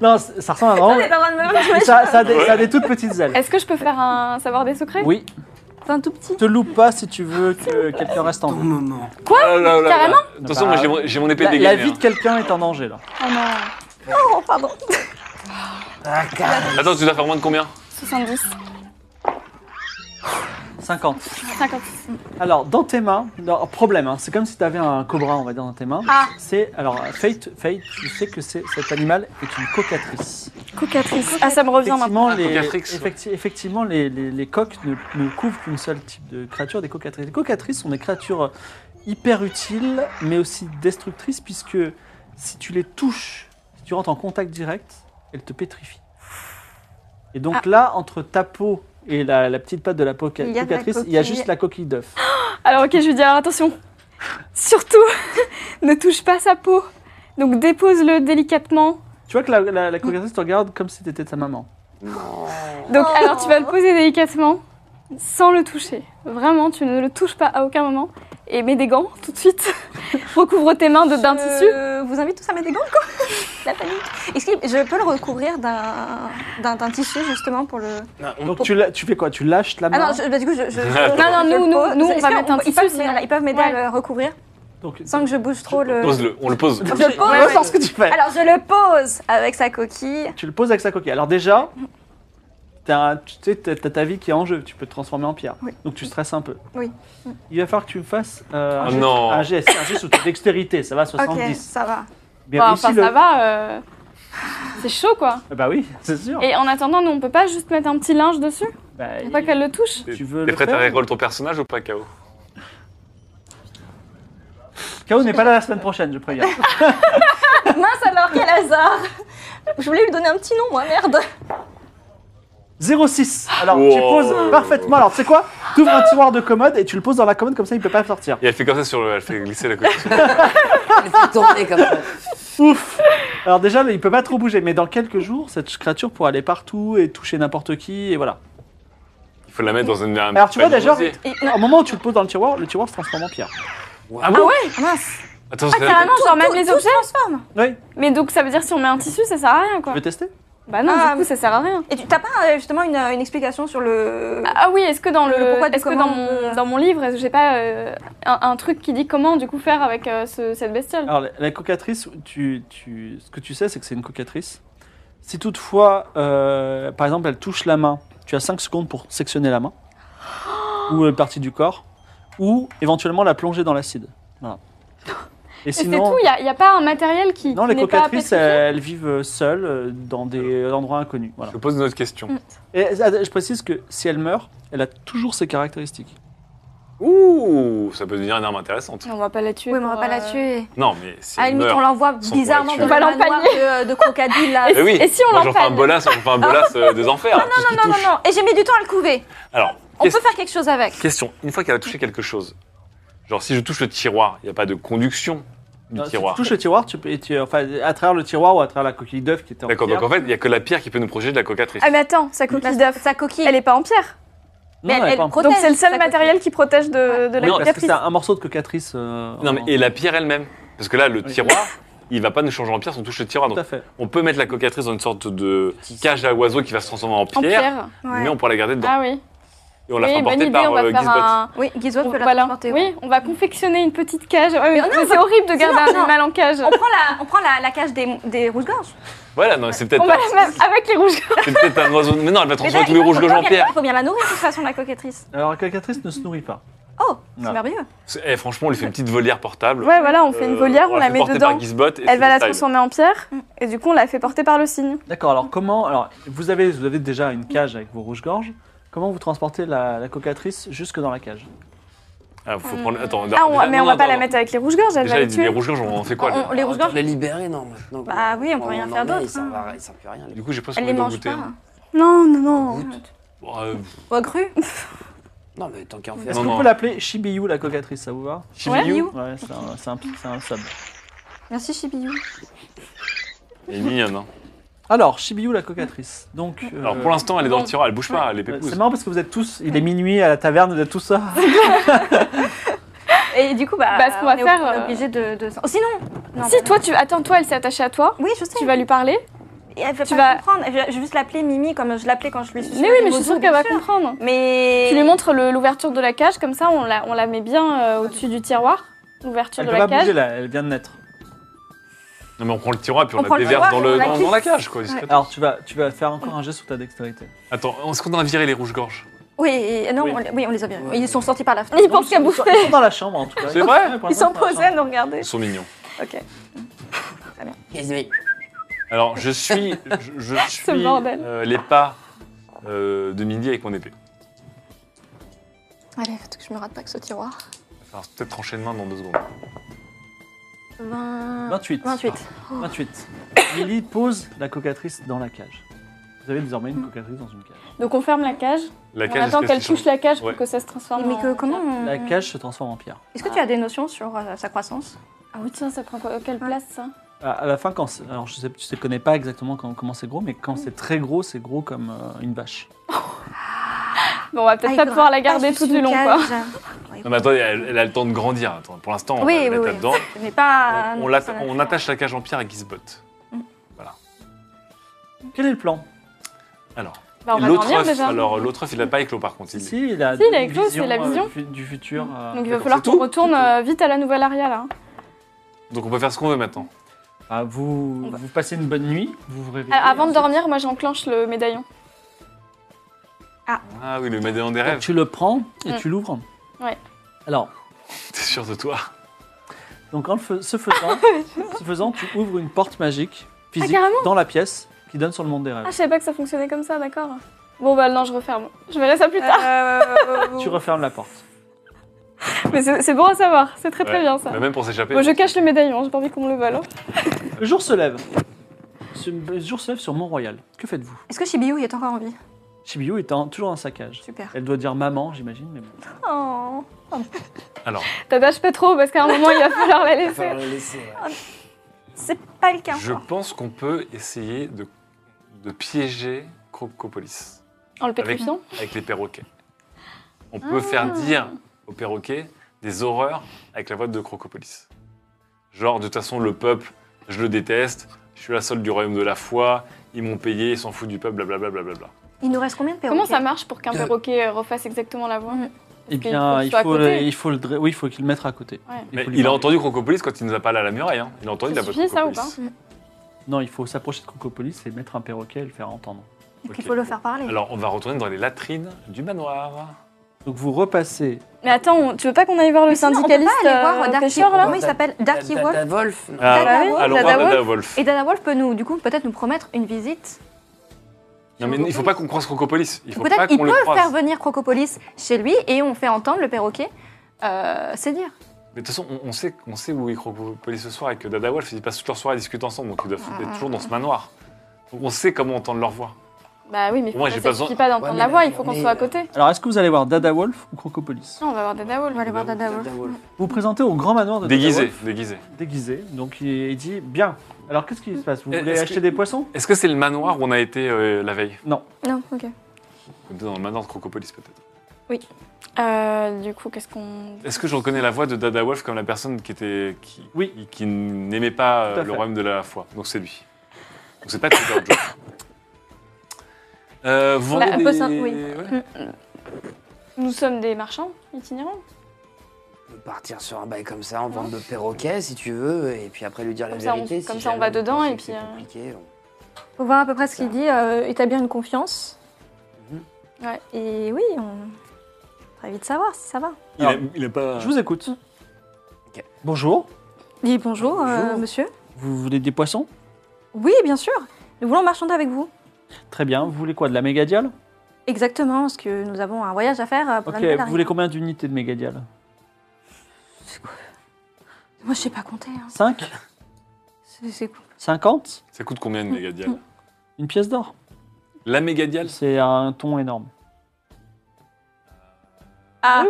Non, c- ça ressemble à un dragon.
T'as le droit de me-
mais ça, ça a des, ça a des toutes petites ailes.
Est-ce que je peux faire un savoir des secrets
Oui,
C'est un tout petit.
te loupe pas si tu veux que quelqu'un reste en
ton
vie.
moment.
Quoi
Carrément
De toute façon, moi, j'ai mon- j'ai mon épée hein.
La, la
dégainée.
vie de quelqu'un est en danger là.
Oh non.
Oh, pardon.
Ah, car-
hein. Attends, tu dois faire moins de combien
70.
50.
50.
Alors, dans tes mains, non, problème, hein, c'est comme si tu avais un cobra, on va dire, dans tes mains.
Ah.
C'est, alors, Fate, Fate, tu sais que c'est- cet animal est une cocatrice.
Cocatrice. Ah, ça me revient maintenant.
Effectivement, les,
cocatrix, ouais.
effecti- effectivement, les, les- les coques ne, ne couvrent qu'une seule type de créature, des cocatrices. Les cocatrices sont des créatures hyper utiles, mais aussi destructrices, puisque si tu les touches, si tu rentres en contact direct, elles te pétrifient. Et donc là, entre ta peau et la, la petite patte de la poca-
Ah. Il y a de la
cocatrice, il y a
coquille.
juste la coquille d'œuf.
Alors, ok, je lui dis alors attention. Surtout, ne touche pas sa peau. Donc, dépose-le délicatement.
Tu vois que la, la,
Mm.
la cocatrice te regarde comme si t'étais sa maman.
Donc, alors, tu vas le poser délicatement, sans le toucher. Vraiment, tu ne le touches pas à aucun moment. Et mets des gants tout de suite. Recouvre tes mains de- d'un tissu.
Je vous invite tous à mettre des gants, quoi. La panique. Est-ce que je peux le recouvrir d'un d'un- d'un tissu, justement, pour le.
Donc tu, la- tu fais quoi Tu lâches la
Ah
main
non, je- bah, du coup, je. je-
Non,
non,
je le
nous, nous,
pose.
nous, on
Est-ce
va
que
mettre un
Ils
tissu,
peuvent,
sinon.
m'aider- ils peuvent m'aider à le recouvrir
Donc,
sans que je bouge trop le.
Pose-le, on le pose.
Je
Je pose.
veux savoir ce que tu fais.
Alors, je le pose avec sa coquille.
Tu le poses avec sa coquille. Alors déjà,
Mm.
t'as un- tu sais, t'as- t'as ta vie qui est en jeu. Tu peux te transformer en pierre.
Oui.
Donc tu stresses un peu.
Oui.
Il va falloir que tu me fasses euh, un,
Oh
geste,
non.
un geste, un geste sous ta dextérité. Ça va à 70.
Ok, ça va.
Bien
Bah,
réussi
enfin,
le-
ça va. euh, C'est chaud, quoi.
Ah Bah oui, c'est sûr.
Et en attendant, nous, on peut pas juste mettre un petit linge dessus
Bah,
pour pas qu'elle le touche
Tu veux
T'es
le
prête à
faire
reroll ton personnage ou pas, KO
K.O. n'est pas là la semaine prochaine, je préviens.
Mince alors, quel hasard Je voulais lui donner un petit nom, moi, merde
06. Alors
Wow.
tu poses parfaitement. Alors tu sais quoi T'ouvres un tiroir de commode et tu le poses dans la commode comme ça, il peut pas sortir.
Et elle fait comme ça sur le. Elle fait glisser la coquille.
Elle fait tourner comme ça.
Ouf Alors déjà, il peut pas trop bouger, mais dans quelques jours, cette créature pourra aller partout et toucher n'importe qui, et voilà.
Il Faut la mettre dans une. un
Alors, tu vois,
panier
d'ailleurs-
rosé.
Ah.
Au moment où tu le poses dans le tiroir, le tiroir se transforme en pierre.
Ah bon
Ah, mince.
Attends,
Ah,
c'est-
carrément, genre même les objets
Oui,
Mais donc ça veut dire si on met un tissu, ça sert à rien
tu
quoi.
veux tester
Bah non,
Ah,
du coup ça sert à rien.
Et tu t'as pas euh, justement une, une explication sur le.
Ah oui, est-ce que dans le,
Le pourquoi du
est-ce que dans
comment,
mon,
euh,
dans mon livre, est-ce que j'ai pas euh, un, un truc qui dit comment du coup faire avec euh, ce- cette bestiole
Alors, la, la cocatrice, tu, tu- ce que tu sais, c'est que c'est une cocatrice. Si toutefois, euh, par exemple, elle touche la main, tu as 5 secondes pour sectionner la main, ou une partie du corps, ou éventuellement la plonger dans l'acide. Voilà. Et
Et c'est tout, il n'y a, pas un matériel qui.
non,
qui
les
n'est pas
cocatrices,
pétrifié
elles, vivent euh, seules euh, dans des endroits inconnus. Voilà.
Je pose une autre question.
Et euh, je précise que si elle meurt, elle a toujours ses caractéristiques.
Ouh, ça peut devenir une arme intéressante.
On va pas la tuer.
Oui, mais on va
pour,
pas la
euh,
tuer.
Non, mais si
À la
elle
Ah, limite, on
meurt.
l'envoie
Sans
bizarrement dans
voiture.
le
On va
manoir de, de crocodile là.
Et,
Eh oui,
et si on
Moi, j'en fais un
l'empale
bolas, on fait un bolas euh, des enfers. Non,
Non, non, non, non. Et j'ai mis du temps à le couver.
Alors,
On
qu'est-ce-
peut faire quelque chose avec.
question. Une fois qu'elle a touché quelque chose, genre si je touche le tiroir, il n'y a pas de conduction du
Alors, si tu
tiroir.
touches le tiroir, tu peux, et tu- enfin, à travers le tiroir ou à travers la coquille d'œuf qui était en
D'accord,
pierre.
donc en fait, il n'y a que la pierre qui peut nous protéger de la cocatrice.
Ah, mais attends, sa coquille d'œuf,
Sa coquille.
elle est pas en pierre.
Non,
mais
elle est
elle
pas en-
protège
Donc c'est le
sa
seul
coquille.
matériel qui protège de, de la
Non, parce que
cicatrice.
c'est un morceau de cocatrice. euh,
Non, mais
en-
et la pierre elle-même. Parce que là, le
Oui.
tiroir, il va pas nous changer en pierre si on touche le tiroir.
Tout
Donc,
à fait.
on peut mettre la cocatrice dans une sorte de cage à oiseaux qui va se transformer en
En
pierre,
pierre.
mais on pourra la garder dedans.
Ah oui.
Et on la
Oui,
fera
bonne
porter
idée,
par
on va
euh,
faire
Gizbot.
un.
Oui, Gizbot peut la
Voilà.
transporter. ouais.
Oui, on va confectionner une petite cage. Ouais,
Mais
mais
non, on
c'est horrible de garder
Non,
un
non.
animal en cage.
On prend la, on prend la, la cage des, des rouges-gorges.
Voilà, non, c'est peut-être
On va la mettre avec les rouges.
c'est peut-être un oiseau. Mais non, elle va
Mais
transformer
là,
tous
il
les
faut-
rouges
faut
gorges en
bien-
pierre.
Il faut bien la nourrir de toute façon, la coquettrice.
Alors, la cocatrice ne se nourrit pas.
Oh, c'est
Ouais.
merveilleux.
C'est- eh, franchement, on lui fait une petite volière portable.
Ouais, voilà, on fait une
Euh,
volière, on la
fait
met
porter
dedans.
Par Gizbot et c'est
Elle va la
style.
transformer en pierre.
Mm.
Et du coup, on la fait porter par le cygne.
D'accord, alors comment. Alors, vous avez, vous avez déjà une cage avec vos rouges-gorges. Comment vous transportez la, la cocatrice jusque dans la cage
Ah, faut prendre. Attends,
Ah, on-
déjà-
mais
non,
on va
non,
pas la
attends,
mettre avec les rouges-gorges, elle
Déjà,
va
les,
les tuer.
les rouges gorges, Ah, on en fait quoi
On-
là
les
Attends,
rouges-gorges.
Les libérer, non. maintenant.
Bah oui, on peut
On
rien
en
faire
est,
d'autre,
Ça
hein.
va, ça fait rien.
Du coup, j'ai presque
Elle les
envie d'en
mange
goûter.
pas.
hein.
Non, non, non.
Bon, euh,
Ou cru.
Non, mais tant qu'à en faire.
Est-ce
Non,
qu'on
non.
peut l'appeler Shibiyu la cocatrice, ça vous va
Chibiou,
Ouais, c'est un, c'est un, c'est un sub.
Merci, Chibiou.
elle est mignonne. hein.
Alors, Shibiyu la cocatrice. Donc. euh,
Alors pour l'instant, elle est dans le tiroir, elle bouge pas, elle est
euh,
pépouse.
c'est marrant parce que vous êtes tous, il est minuit à la taverne, vous êtes tous ah, ça.
Et du coup, bah,
Bah, ce qu'on va
on est-
faire,
on est
euh,
obligé de. de- Oh, sinon Non,
Si,
bah,
toi, tu. Attends, toi, elle s'est attachée à toi.
Oui, je sais.
Tu vas lui parler.
Et elle va
tu
pas
vas-
comprendre. Je vais je vais juste l'appeler Mimi comme je l'appelais quand je lui suis.
Mais oui, mais je suis sûre qu'elle va comprendre.
Mais.
Tu lui montres le- l'ouverture de la cage, comme ça, on la, on la met bien euh, au-dessus du tiroir. L'ouverture
Elle
de
peut
la
pas
cage.
bouger là, elle vient de naître.
Non mais on prend le tiroir et puis on,
On prend
la
le
déverse
tiroir
dans,
et
le,
on la
dans,
glisse.
dans la cage quoi. discrètement.
Alors tu vas, tu vas faire encore un geste sous ta dextérité.
Attends, est-ce qu'on a viré les rouges gorges
Oui, et- non,
Oui.
on les- oui, on les a bien.
Ouais.
Ils sont sortis par la
Il
fenêtre.
pense qu'à
Ils sont,
bouffer.
ils sont dans la chambre en tout cas.
C'est vrai
Ouais, pour
Ils
l'instant,
sont
dans la
posés
chambre.
à nous regarder.
Ils sont mignons. Alors je suis, je, je suis
bordel.
euh, les pas euh, de midi avec mon épée.
Allez, faut que je me rate pas que ce tiroir.
Enfin, c'est peut-être enchaînement dans deux secondes.
28.
28.
28. Lily pose la cocatrice dans la cage. Vous avez désormais une cocatrice dans une cage.
Donc on ferme la cage.
La
on attend
est-ce que
qu'elle
c'est
touche la cage
Ouais.
pour que ça se transforme.
Mais
en-
que, comment on-
Euh.
La cage se transforme en pierre.
Est-ce que tu as des notions sur euh, sa croissance
Ah oui, tiens, ça prend quoi- quelle place ça
À, à la fin, quand c'est- alors je sais, tu ne connais pas exactement quand- comment c'est gros, mais quand c'est très gros, c'est gros comme euh, une vache.
Bon, on va peut-être
Ah,
pas
il
pouvoir la
faudra
garder
pas
tout
juste
du
une
long, quoi.
cage.
Non mais attendez, elle, elle a le temps de grandir. Attends, pour l'instant, on
Oui,
va la
oui,
mettre
oui.
là-dedans.
Mais pas.
on, l'atta- on attache la cage en pierre à Gizbot.
Quel est le plan
Alors,
Bah, on va
l'autre
dormir
œuf,
déjà.
alors l'autre œuf, il a pas éclos par contre. il-
Ici, il a,
Si, il a
une
éclos, c'est la
euh,
vision.
du- du futur. euh,
Donc il va
D'accord,
falloir
c'est
qu'on
tout
retourne euh, vite à la nouvelle aria là.
Donc on peut faire ce qu'on veut maintenant.
ah, vous, vous passez une bonne nuit, vous vous réveillez.
Ah, Avant de dormir, moi j'enclenche le médaillon.
Ah oui, le médaillon des
Donc,
rêves.
tu le prends et
Mm.
tu l'ouvres.
Ouais.
Alors,
T'es sûr de toi
Donc en le fais- ce faisant, ce faisant, tu ouvres une porte magique physique
Ah, carrément
dans la pièce qui donne sur le monde des
Ah, je
rêves.
savais pas que ça fonctionnait comme ça, d'accord. Bon bah non, je referme. Je verrai ça plus tard.
Euh,
Tu refermes la porte.
Mais c'est c'est bon à savoir, c'est très très
Ouais.
bien ça.
Bah, Même pour s'échapper.
Bon, je cache le médaillon, j'ai pas envie qu'on me le vole. hein.
Le jour se lève. Ce- Le jour se lève sur Mont-Royal. Que faites-vous
Est-ce que Chibiou, il est encore en vie
Shibiu est en- toujours dans sa cage.
Super.
Elle doit dire maman, j'imagine. Mais bon.
Oh.
Alors,
T'attaches pas trop parce qu'à un moment il va falloir la
Il va falloir
laisser.
le laisser. ouais.
C'est pas le cas.
je
hein.
pense qu'on peut essayer de, de piéger Crocopolis
En le pétrifiant
avec les perroquets. on
Ah.
peut faire dire au perroquet des horreurs avec la voix de Crocopolis. Genre, de toute façon, le peuple, je le déteste, je suis la seule du royaume de la foi, ils m'ont payé, ils s'en foutent du peuple, blablabla. blablabla.
Il nous reste combien de perroquets
Comment ça marche pour qu'un
De-
perroquet euh, refasse exactement la voix
Eh
Parce qu'il
bien, il
qu'il soit à
faut,
côté.
le- il faut le, dra- oui, il faut qu'il le mette à côté.
Ouais.
faut
Mais
lui
il a
parler.
entendu Crocopolis quand il nous a parlé à la muraille. hein. Il a entendu
Ça
la voix de
suffit, ça, ou
Crocopolis.
Non, il faut s'approcher de Crocopolis et mettre un perroquet et le faire entendre.
Donc
Ok.
il faut le faire parler.
Alors, on va retourner dans les latrines du manoir.
Donc vous repassez.
Mais attends, on- tu veux pas qu'on aille voir le
Sinon,
syndicaliste
on peut pas aller
euh,
voir Darky
pêcheur, là
Comment il s'appelle Darky Wolf.
Data Wolf non.
Ah,
Dada Wolf,
allons
Dada
voir Dada
Wolf.
Wolf.
Et Dana Wolf peut nous, du coup, peut-être nous promettre une visite.
Non, mais il faut pas qu'on croise Crocopolis. Il faut pas
Peut-être il
qu'on
peut
le croise.
faire venir Crocopolis chez lui et on fait entendre le perroquet. Euh, c'est dire.
Mais de toute façon, on, on sait, on sait où est Crocopolis ce soir et que Dada Wolf, ils passent toute leur soirée à discuter ensemble, donc ils doivent être toujours dans ce manoir. Donc on sait comment entendre leur voix.
Bah oui, mais faut
Moi, j'ai
pas,
pas
ça
besoin-
suffit pas d'entendre
Ouais,
la
mais
voix,
la
il faut qu'on
journée,
soit à
euh,
côté.
Alors, est-ce que vous allez voir Dada Wolf ou Crocopolis
Non, on va voir Dada Wolf.
On va aller voir Dada Wolf.
Data Wolf.
Vous vous présentez au grand manoir de Dada
Déguisé,
Wolf,
déguisé.
déguisé. Donc il il dit bien. Alors qu'est-ce qui se passe Vous
Euh, Est-ce
voulez
que-
acheter des poissons
Est-ce que c'est le manoir où on a été euh, la veille
Non, ok.
Dans le manoir de Crocopolis, peut-être.
Euh, du coup, qu'est-ce qu'on.
Est-ce que je reconnais la voix de Dada Wolf comme la personne qui était qui,
Oui.
qui, qui n'aimait pas
Tout à
euh, le
fait.
royaume de la foi Donc c'est lui. Donc c'est pas Trigger Joe. Euh, vous
La-
vendez des...
poisson, oui.
ouais.
Nous sommes des marchands itinérants.
On peut partir sur un bail comme ça, en vente de perroquet si tu veux, et puis après lui dire
Comme
la
ça, on-
vérité. si
comme ça, on
jamais
va dedans,
pense
et
que
puis,
c'est
euh,
compliqué, on-
Faut voir à peu près ce qu'il dit, euh, établir une confiance.
Mhm.
Ouais, et oui, on va vite savoir si ça va.
Il, a,
Alors,
il a pas.
Je vous écoute.
Ok.
Bonjour.
Dis bonjour, euh,
Bonjour.
monsieur.
Vous voulez des poissons
Oui, bien sûr. Nous voulons marchander avec vous.
Très bien. Vous voulez quoi De la mégadiale
Exactement, parce que nous avons un voyage à faire euh, pour
Ok.
la
Vous voulez combien d'unités de mégadiale
Moi, je sais pas compter. hein.
5
C'est- c'est cool.
50
Ça coûte combien une
Mm.
mégadiale
Une pièce d'or
La mégadiale
C'est un ton énorme.
Ah,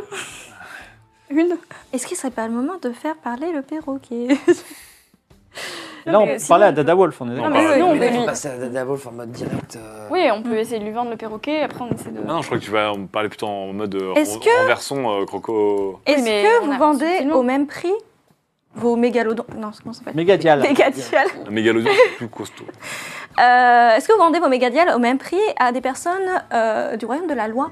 Une
est-ce qu'il serait pas le moment de faire parler le perroquet
Et là,
Non,
on
mais
parlait
sinon-
à Dada Wolf, on est
Non,
d'accord
mais
parle-
oui,
Non,
on
mais
peut
il faut
lui-
passer à Dada Wolf en mode direct. euh,
Oui, on
Mm.
peut essayer de lui vendre le perroquet, après on essaie de.
Ah non, je crois que tu vas me parler plutôt en mode euh,
Est-ce
ren- renversons euh, croco.
Est-ce
mais
que
on
vous
a-
vendez
subtilement.
au même prix vos mégalodons Non, c'est- comment ça s'appelle
Mégadiale.
Mégadiales.
Un mégalodon c'est plus costaud.
Euh, Est-ce que vous vendez vos mégadiales au même prix à des personnes euh, du royaume de la loi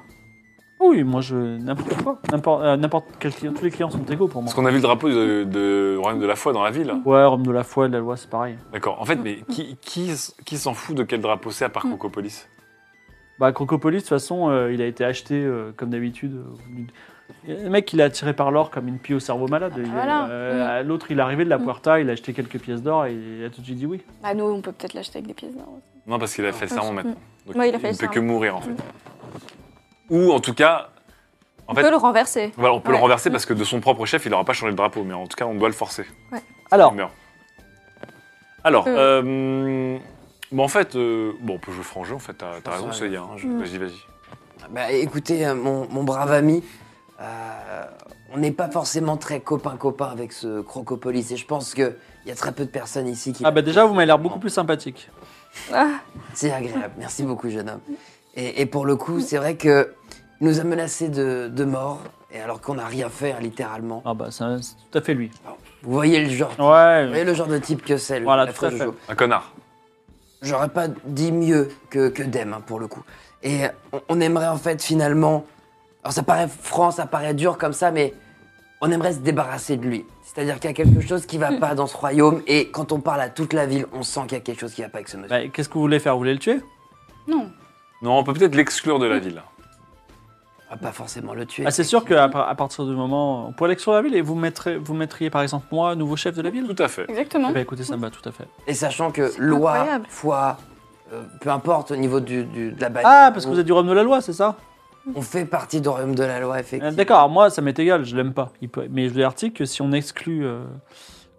Oui, moi je n'importe quoi, n'importe euh, n'importe quel client, tous les clients sont égaux pour moi.
Parce qu'on a vu le drapeau de, de royaume de la foi dans la ville.
Mm.
Ouais, homme de la foi, de la loi, c'est pareil.
D'accord. En fait, mais qui, qui, s- qui s'en fout de quel drapeau c'est à part
Mm.
Crocopolis
Bah, Crocopolis, de toute façon, euh, il a été acheté euh, comme d'habitude. euh, vous- Le mec, il a attiré par l'or comme une pie au cerveau malade. Il-
voilà.
euh, à L'autre, il est arrivé de la Puerta, il a acheté quelques pièces d'or et il a tout de suite dit oui.
Bah, nous, on peut peut-être l'acheter avec des pièces d'or.
Non, parce qu'il a fait le serment maintenant. Donc,
mm. Ouais, il a fait le
ne peut
serment.
que mourir en fait. Ou en tout cas, en
On
fait,
peut le renverser.
voilà, on peut le
Ouais. Mm.
renverser parce que de son propre chef, il n'aura pas changé le drapeau, mais en tout cas, on doit le forcer.
Alors,
Il meurt. Alors,
Euh.
euh, bon, en fait, euh, bon, on peut jouer franc jeu. En fait, t'as t'as raison,
Ouais,
Seiya.
franc
hein.
Mm.
jeu.
Vas-y, vas-y.
Bah écoutez, euh, mon, mon brave ami, euh, on n'est pas forcément très copain-copain avec ce Crocopolis et je pense qu'il y a très peu de personnes ici qui.
ah bah déjà, vous m'avez l'air beaucoup plus sympathique.
C'est agréable, merci beaucoup, jeune homme. Et, et pour le coup, c'est vrai que il nous a menacé de, de mort, et alors qu'on n'a rien fait, hein, littéralement.
Ah bah, ça- c'est tout à fait lui.
Vous voyez le genre, vous voyez
Ouais,
le genre de type que c'est, le
Voilà,
la
tout à
fraise au
fait.
chaud.
Un connard.
J'aurais pas dit mieux que, que Dem, hein, pour le coup. Et on, on aimerait en fait finalement. Alors ça paraît franc, ça paraît dur comme ça, mais on aimerait se débarrasser de lui. C'est-à-dire qu'il y a quelque chose qui va pas dans ce royaume, et quand on parle à toute la ville, on sent qu'il y a quelque chose qui va pas avec ce monsieur.
Bah, qu'est-ce que vous voulez faire Vous voulez le tuer
Non, on peut peut-être l'exclure
Mm.
de la ville.
On va pas forcément le tuer.
Ah, c'est sûr qu'à par- à partir du moment... On pourrait l'exclure de la ville et vous, mettrez, vous mettriez, par exemple, moi, nouveau chef de la ville
Tout à fait.
Exactement.
Bah écoutez, ça me va tout à fait.
Et sachant que loi,
incroyable.
foi, euh, peu importe au niveau du, du- de la bataille,
Ah, parce que vous êtes du royaume de la loi, c'est ça
on fait partie du royaume de la loi,
Euh,
effectivement.
D'accord, alors moi ça m'est égal, je l'aime pas. Il peut- Mais je l'article que si on exclut euh,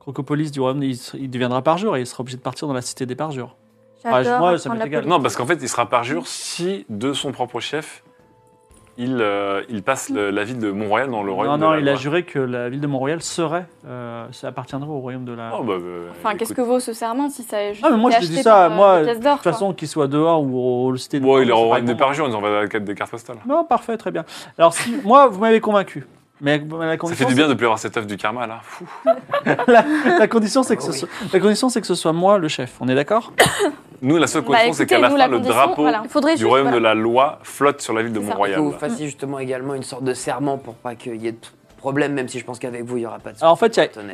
Crocopolis du royaume, il, se- il deviendra parjure et il sera obligé de partir dans la cité des parjures. Ah,
J'adore
moi, ça
apprendre
m'est
la
égal.
politique.
Non, parce qu'en fait, il sera parjure si de son propre chef, il, euh, il passe le- la ville de Montréal dans le
Non,
royaume de
non,
la
il a
loi.
juré que la ville de Montréal serait, euh, ça appartiendrait au royaume de la.
Oh, bah, euh,
Enfin, qu'est-ce
écoute,
que vaut ce serment si ça est juste
ah, mais moi je
été
te dis
acheté
ça,
par, euh,
moi,
des
de
pièces
toute
d'or, quoi.
façon, qu'il soit dehors ou au, au cité de
Bon, il est au
c'est
royaume
pas
des
grand.
Parisiens, ils ont la carte des cartes postales.
Non, parfait, très bien. Alors, si, moi, vous m'avez convaincu. Mais à la
Ça
condition,
fait du bien de plus avoir cette œuvre du karma là. Fou.
la condition, c'est que, ce
Ah
Oui.
soit- la condition, c'est que ce soit moi le chef. On est d'accord
Nous, la seule
Bah,
condition, c'est qu'à
écoutez,
la
nous, la
fin, le
condition,
drapeau
voilà.
Il faudrait
du
juste.
royaume
voilà.
de la loi flotte sur la ville de
C'est ça.
Il
Mont-Royal.
faut que vous fassiez justement également une sorte de serment pour pas qu'il y ait de problème, même si je pense qu'avec vous, il n'y aura pas de
Alors, en fait, il y a-
Tenez.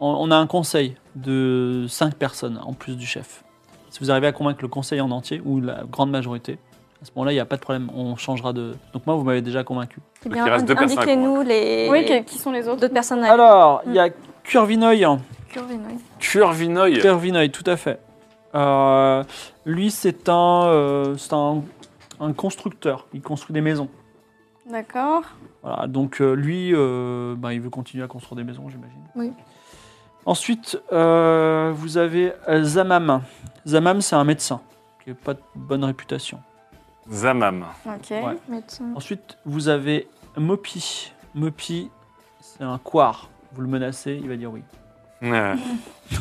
On, on a un conseil de 5 personnes en plus du chef. Si vous arrivez à convaincre le conseil en entier, ou la grande majorité, à ce moment-là, il n'y a pas de problème. On changera de. Donc, moi, vous m'avez déjà convaincu.
Eh
Donc,
bien,
il reste deux
indi-
personnes à
Indiquez-nous les.
Oui,
euh,
que- qui sont les autres
D'autres personnes à-
Alors, il y a Curvinoy.
Curvinoy.
Curvinoy, tout à fait. Euh, lui, c'est un, euh, c'est un, un constructeur. Il construit des maisons.
D'accord.
Voilà, donc euh, lui, euh, ben, il veut continuer à construire des maisons, j'imagine.
Oui.
Ensuite, euh, vous avez euh, Zamam. Zamam, c'est un médecin qui n'a pas de bonne réputation.
Zamam.
Ok.
Ouais.
Médecin.
Ensuite, vous avez Mopi. Mopi, c'est un couard. Vous le menacez, il va dire oui.
Ouais.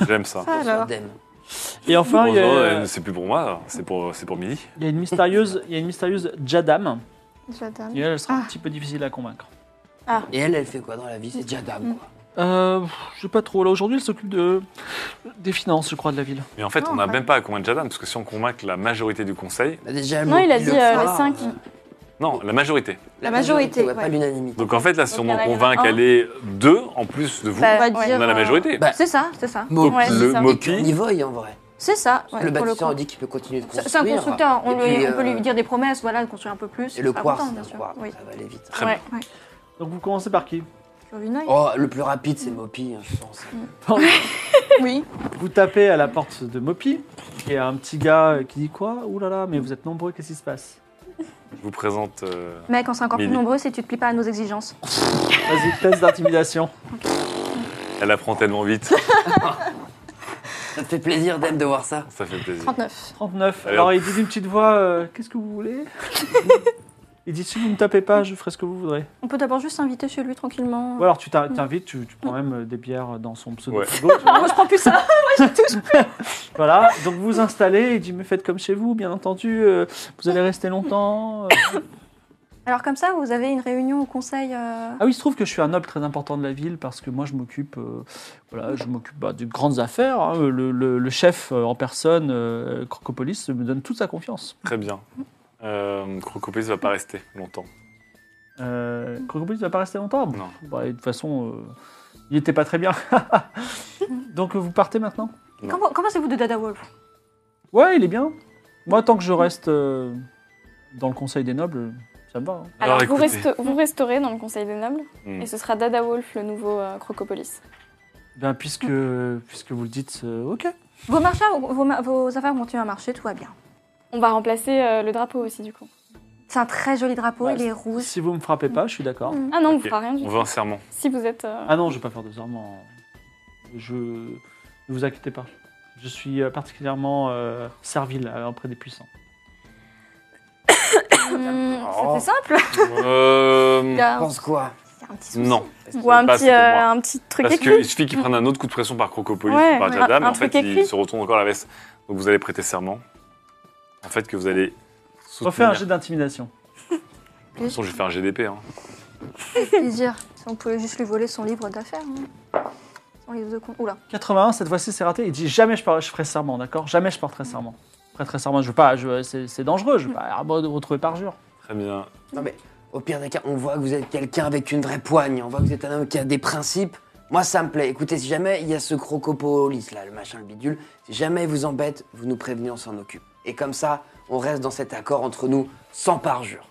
J'aime ça.
Alors.
Dem.
Et enfin, il y,
Bonjour,
a,
euh, c'est plus pour moi, c'est pour, c'est pour Midi.
il y a une mystérieuse, il y a une mystérieuse Jadam.
J'adore.
Et elle, elle sera un
Ah.
petit peu difficile à convaincre.
Et elle, elle fait quoi dans la vie C'est déjà
Mm.
dame, quoi.
Euh, je sais pas trop. Là aujourd'hui, elle s'occupe de des finances, je crois, de la ville.
Mais en fait,
Non,
on n'a
pas-
même pas à convaincre Jadam, parce que si on convainc la majorité du conseil,
Bah, déjà, elle
Non, il a
le
dit, euh,
fera,
les cinq.
euh,
non, la majorité.
La majorité,
ouais, Pas
ouais.
l'unanimité.
Donc en fait, là, si
Donc,
on en
il y en a
convainc
un.
qu'elle est deux en plus de vous,
Bah,
On va
Ouais.
dire.
on a la
euh,
majorité.
Bah,
C'est ça, c'est ça.
Mopi,
Ouais, c'est
le
ça.
il
Mopi,
voye, en vrai.
C'est ça. ouais,
le
pour
bâtisseur
coup.
dit qu'il peut continuer de construire.
C'est un constructeur, on,
et
lui-
puis,
on peut
euh,
lui dire des promesses, voilà, de construire un peu plus.
Et le
il sera
poire,
content,
c'est
bien
un
sûr.
poire,
Oui.
ça va aller vite.
Très
Ouais, ouais.
Donc vous commencez par qui
Sur une oeil.
Oh, le plus rapide, c'est Mopi, hein, je pense.
Oui.
Vous tapez à la porte de Mopi, et il y a un petit gars qui dit quoi Ouh là là, mais vous êtes nombreux, qu'est-ce qui se passe
je vous présente... euh,
Mec, on sera encore plus
Mille.
nombreux si tu te plies pas à nos exigences.
Vas-y, test d'intimidation.
elle apprend tellement vite,
Ça te fait plaisir, Dem, de voir ça.
ça fait plaisir.
39.
39.
Allez,
Alors
hop.
il dit d'une petite voix, euh, qu'est-ce que vous voulez Il dit si vous ne tapez pas, je ferai ce que vous voudrez.
On peut d'abord juste s'inviter chez lui tranquillement.
Ou alors tu t'in- t'invites, tu, tu prends même euh, des bières dans son pseudo.
Ouais.
Moi, je prends plus ça.
Voilà, donc vous vous installez, il dit mais faites comme chez vous, bien entendu, euh, vous allez rester longtemps. euh.
Alors, comme ça, vous avez une réunion au conseil. euh,
Ah oui, il se trouve que je suis un noble très important de la ville parce que moi je m'occupe euh, voilà, je m'occupe bah, de grandes affaires. hein. Le, le- le chef euh, en personne, euh, Crocopolis, me donne toute sa confiance.
Très bien. Euh, Crocopolis va pas rester longtemps.
Euh, Crocopolis va pas rester longtemps
Non.
Bah, De toute façon, euh, il n'était pas très bien. Donc vous partez maintenant
Non.
Comment, comment c'est vous de Dada Wolf
Ouais, il est bien. Moi, tant que je reste euh, dans le Conseil des Nobles, ça me va. hein.
Alors,
Alors,
vous,
écoutez.
reste- vous resterez dans le Conseil des Nobles
Hmm.
et ce sera Dada Wolf, le nouveau euh, Crocopolis.
Ben, puisque, puisque vous le dites, euh, ok.
vos, marchés- vos, ma- vos affaires continuent à marcher, tout va bien.
On va remplacer euh, le drapeau aussi, du coup.
C'est un très joli drapeau,
Ouais,
il est rouge.
Si vous me frappez pas, je suis d'accord.
Ah non, on
Ok.
vous fera rien du
On
tout.
veut un serment.
Si vous êtes. euh,
Ah non, je vais pas faire de serment. Je ne vous inquiétez pas. Je suis euh, particulièrement euh, servile euh, auprès des puissants.
Hmm,
Oh.
C'était simple. Il y
Euh,
a
Je
un-
pense quoi
il y a un petit souci.
non.
Ou un
Pas,
petit,
c'est pour
euh,
moi.
un petit truc
Parce
écrit.
qu'il suffit qu'il prenne un autre coup de pression par Crocopolis
Ouais,
ou par
ouais.
Jadam, et
Un
en fait,
truc écrit.
il se retourne encore la veste. Donc vous allez prêter serment. En fait, que vous allez. soutenir-
Refais un jet d'intimidation.
De toute façon, je vais faire un GDP. Hein.
plaisir. Si on pouvait juste lui voler son livre d'affaires. hein. Son livre de compte. Oula.
81, cette fois-ci, c'est raté. Il dit jamais je, par- je ferai serment, d'accord Jamais je porterai serment. Prêterai serment, je veux pas, je- c'est c'est dangereux, je veux pas me retrouver par jure.
Très bien.
Non, mais au pire des cas, on voit que vous êtes quelqu'un avec une vraie poigne. On voit que vous êtes un homme qui a des principes. Moi, ça me plaît. Écoutez, si jamais il y a ce crocopolis, là, le machin, le bidule, si jamais il vous embête, vous nous prévenez, on s'en occupe. Et comme ça, on reste dans cet accord entre nous, sans parjure.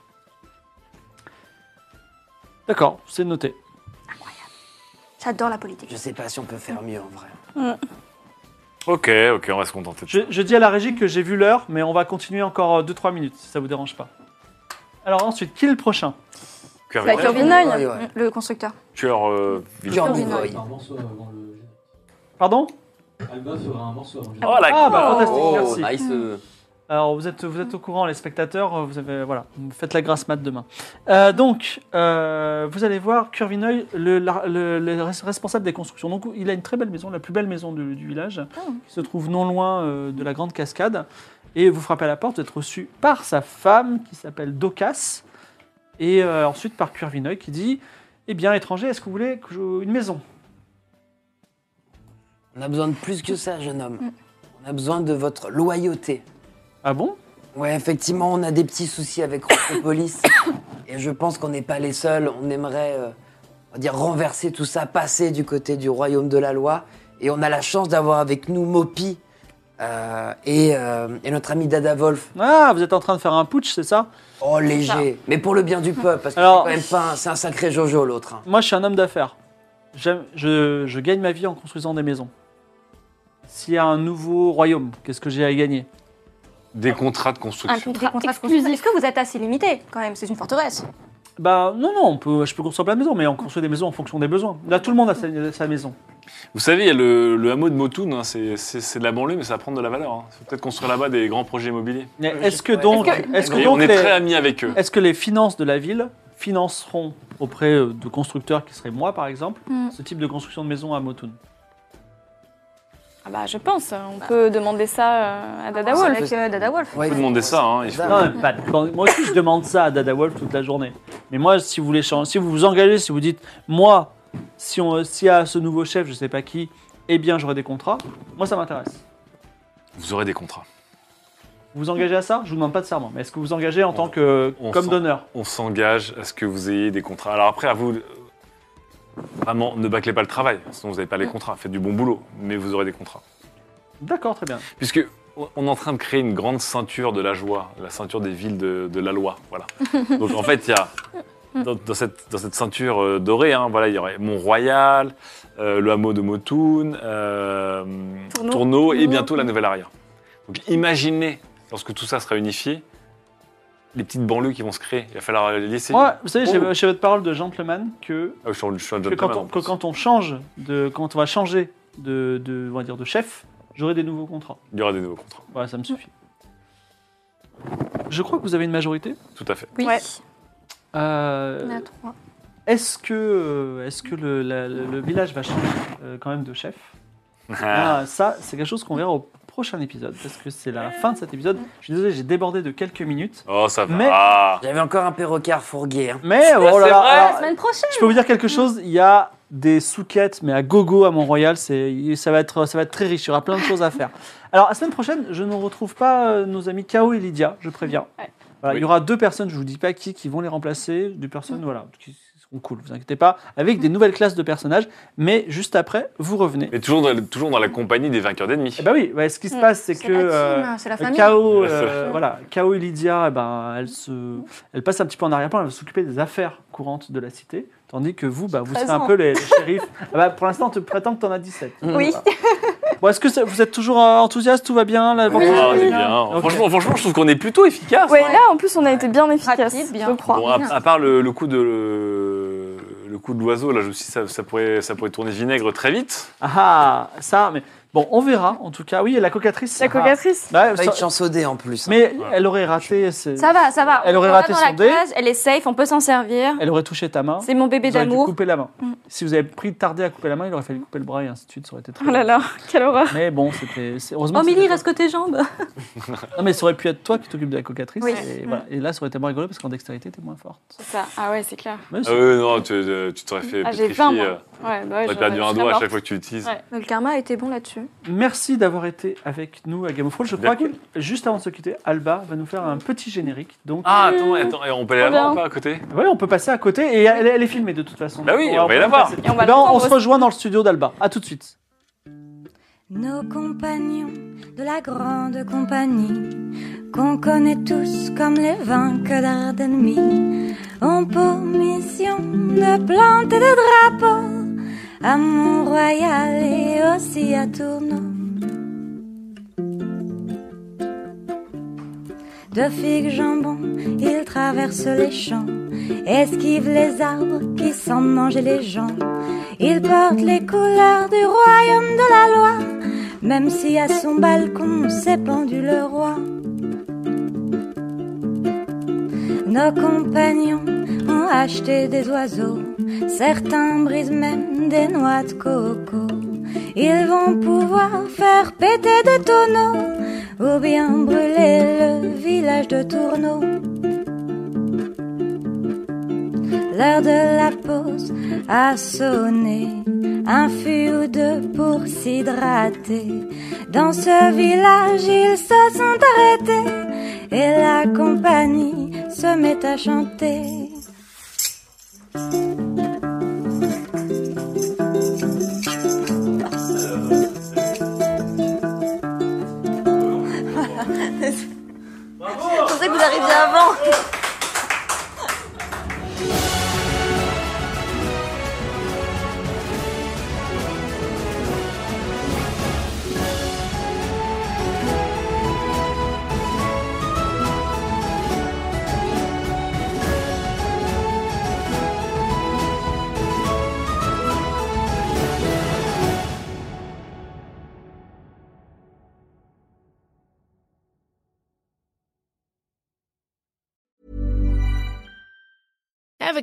D'accord, c'est noté.
J'adore la politique.
Je sais pas si on peut faire mieux, en vrai.
Ok, ok, on va se contenter. de
Je,
ça.
je dis à la régie que j'ai vu l'heure, mais on va continuer encore 2-3 minutes, si ça vous dérange pas. Alors ensuite, qui est le prochain
Cœur,
La
vif,
Curvinoy.
Ouais, ouais.
Le constructeur.
tueur, euh, vif.
Genre,
Corvinoy.
Corvinoy.
un morceau avant le.
Pardon
Alba fera un morceau avant le.
Oh la
Ah bah fantastique,
Oh,
merci.
nice.
Alors vous êtes, vous êtes au courant, les spectateurs, euh, vous avez, voilà, vous faites la grasse mat demain. Euh, donc, euh, vous allez voir Curvinoy, le, la- le- le res- responsable des constructions. Donc, il a une très belle maison, la plus belle maison du, du village, qui se trouve non loin euh, de la grande cascade. Et vous frappez à la porte, vous êtes reçu par sa femme, qui s'appelle Docas, et euh, ensuite par Curvinoy, qui dit, eh bien, étranger, est-ce que vous voulez que je- une maison
On a besoin de plus que ça, jeune homme. On a besoin de votre loyauté.
Ah bon
Ouais, effectivement, on a des petits soucis avec Rocopolis. et je pense qu'on n'est pas les seuls. On aimerait euh, on va dire, renverser tout ça, passer du côté du royaume de la loi. Et on a la chance d'avoir avec nous Mopi euh, et, euh, et notre ami Dada Wolf.
Ah, vous êtes en train de faire un putsch, c'est ça
Oh, léger. Mais pour le bien du peuple, parce que c'est
Alors-
quand même pas un, c'est un sacré jojo l'autre. hein.
Moi, je suis un homme d'affaires. J'aime- Je, je gagne ma vie en construisant des maisons. S'il y a un nouveau royaume, qu'est-ce que j'ai à y gagner
Des contrats de
Un
construction.
contrat
exclusif.
exclusif. Est-ce que vous êtes assez limité quand même C'est une forteresse.
Bah non, non, on peut, je peux construire plein de maisons, mais on construit des maisons en fonction des besoins. Là, tout le monde a sa, sa maison.
Vous savez, il y a le, le hameau de Motoun, hein, c'est c'est- c'est de la banlieue, mais ça va prendre de la valeur. Il faut peut-être construire là-bas des grands projets immobiliers.
Mais Est-ce que donc,
Est-ce
est-ce que
Et
donc
on est très
les,
amis avec eux.
est-ce que les finances de la ville financeront auprès euh, de constructeurs qui seraient moi, par exemple,
Mm.
ce type de construction de maison à Motun
Ah bah, je pense. On peut demander ça euh, à Dada Wolf.
Avec euh, Dada Wolf.
Ouais,
Vous demandez ça, hein, il faut-
Non, mais pas de- Moi aussi, je demande ça à Dada Wolf toute la journée. Mais moi, si vous voulez changer, si vous vous engagez, si vous dites, moi, si on, euh, s'il y a ce nouveau chef, je sais pas qui, eh bien, j'aurai des contrats. Moi, ça m'intéresse.
Vous aurez des contrats.
Vous vous engagez à ça Je vous demande pas de serment, mais est-ce que vous vous engagez en tant que
on
comme
sent.
donneur
On s'engage à ce que vous ayez des contrats. Alors après, à vous, euh, vraiment, ne bâclez pas le travail, sinon vous n'avez pas les contrats. Faites du bon boulot, mais vous aurez des contrats.
D'accord, très bien.
Puisque on on est en train de créer une grande ceinture de la joie, la ceinture des villes de, de la loi. Voilà. Donc en fait, il y a dans, dans cette, dans cette ceinture euh, dorée, hein, voilà, il y aurait Mont-Royal, euh, le hameau de Motoun, euh,
Tourneau.
Tourneau et
Tourneau.
bientôt la Nouvelle Aria. Donc imaginez, lorsque tout ça sera unifié, les petites banlieues qui vont se créer. Il va falloir les laisser.
Moi, vous savez, j'ai
Oh.
j'ai votre parole de gentleman que,
Ah, je suis un- je suis un
que quand,
gentleman,
on,
en
que
plus.
quand on change de, quand on va changer de, de- on va dire de chef, j'aurai des nouveaux contrats.
Il y aura des nouveaux contrats.
Voilà, ça me suffit. Je crois que vous avez une majorité.
Tout à fait.
Oui.
Ouais.
Euh,
On est à trois.
Est-ce que, est -ce que le, la- le- le village va changer euh, quand même de chef Ah, Ça, c'est quelque chose qu'on verra au prochain épisode, parce que c'est la fin de cet épisode. Je suis désolé, j'ai débordé de quelques minutes.
Oh, ça va.
Mais-
J'avais encore un perroquet fourgué. Hein.
Mais oh là là, alors,
La semaine prochaine.
je peux vous dire quelque chose, il y a des sous-quêtes, mais à gogo à Mont-Royal, c'est- ça, va être- ça va être très riche, il y aura plein de choses à faire. Alors, la semaine prochaine, je ne retrouve pas euh, nos amis Kao et Lydia, je préviens.
Ouais.
Voilà,
Oui.
Il y aura deux personnes, je vous dis pas qui, qui vont les remplacer, deux personnes, voilà, qui seront cool, vous inquiétez pas, avec des nouvelles classes de personnages, mais juste après, vous revenez.
Mais toujours dans, toujours dans la compagnie des vainqueurs d'ennemis.
Eh ben oui, ouais, ce qui se passe, c'est que
la team, hein.
euh,
Ah, c'est la
euh,
famille.
Kao,
Ouais, c'est
euh, voilà, Kao et Lydia, eh ben, elle se, elle passe un petit peu en arrière-plan, elle va s'occuper des affaires courantes de la cité, tandis que vous, bah, vous serez un
Présent.
peu les, les shérifs. Ah bah, pour l'instant, on te prétends que t'en as 17.
Oui.
Bon, est-ce que ça- vous êtes toujours euh, enthousiaste, tout va bien là,
Ah,
Vancouver
on est bien.
Ok.
Franchement, franchement, je trouve qu'on est plutôt efficace.
Ouais,
hein.
là, en plus, on a été bien efficace,
Rapide, bien.
je
Oh,
crois.
Bon, à, à part le, le coup de le coup de l'oiseau, là, je aussi, ça, ça pourrait ça pourrait tourner vinaigre très vite.
Ah, ah, ça, mais bon, on verra en tout cas. Oui, et la cocatrice.
La
ça-
cocatrice.
Ouais,
Pas eu de
ça-
chance au dé en plus. hein.
mais
Ouais.
elle aurait raté.
Ah.
c'est-
Ça va, ça va.
Elle
On
aurait
va
raté
dans
son
la
dé.
cage, Elle est safe, on peut s'en servir.
Elle aurait touché ta main.
C'est mon bébé
Vous auriez dû
d'amour.
couper la main. Si vous avez pris tardé à couper la main, il aurait fallu couper le bras et ainsi de suite. Ça aurait été très.
Oh là là, quelle horreur.
Mais bon, c'était. c'est- Heureusement.
Oh,
que
Milly,
c'était-
reste que tes jambes.
Non, mais ça aurait pu être toi qui t'occupes de la cocatrice.
Oui.
Et, voilà. Et là, ça aurait été moins rigolo parce qu'en dextérité, t'es moins forte.
C'est ça. Ah ouais, c'est clair.
Mais
Ah
c'est-
ouais, non, tu euh, tu t'aurais fait
Ah, j'ai 20
pétrifier.
moi.
euh,
Ouais, bah ouais,
T'aurais
je-
perdu
je
un
serais
doigt à
morte.
chaque fois que tu l'utilises.
Ouais.
Le karma était bon là-dessus.
Merci d'avoir été avec nous à Game of Thrones. Je
Bien
crois que juste avant de se quitter, Alba va nous faire un petit générique. Donc,
Ah attends, attends, et on peut aller
Trop
là-bas ou
Oh, bien.
pas à côté
ouais, on peut passer à côté et elle, elle est filmée de toute façon.
Bah oui, on va
peut
y la voir.
passer.
Et on va
Eh ben, on
l'entendre
se
aussi.
rejoint dans le studio d'Alba. À tout de suite.
nos compagnons de la grande compagnie, qu'on connaît tous comme les vainqueurs d'ennemis, ont pour mission de planter des drapeaux à Mont-Royal et aussi à Tourneau. De figues jambon, ils traversent les champs, esquivent les arbres qui semblent manger les gens. Ils portent les couleurs du royaume de la loi, même si à son balcon s'est pendu le roi. Nos compagnons ont acheté des oiseaux, certains brisent même des noix de coco. Ils vont pouvoir faire péter des tonneaux ou bien brûler le village de Tourneau. L'heure de la pause a sonné, un fût ou deux pour s'hydrater. Dans ce village, ils se sont arrêtés et la compagnie se met à chanter.
Je pensais que vous arriviez avant.
Ever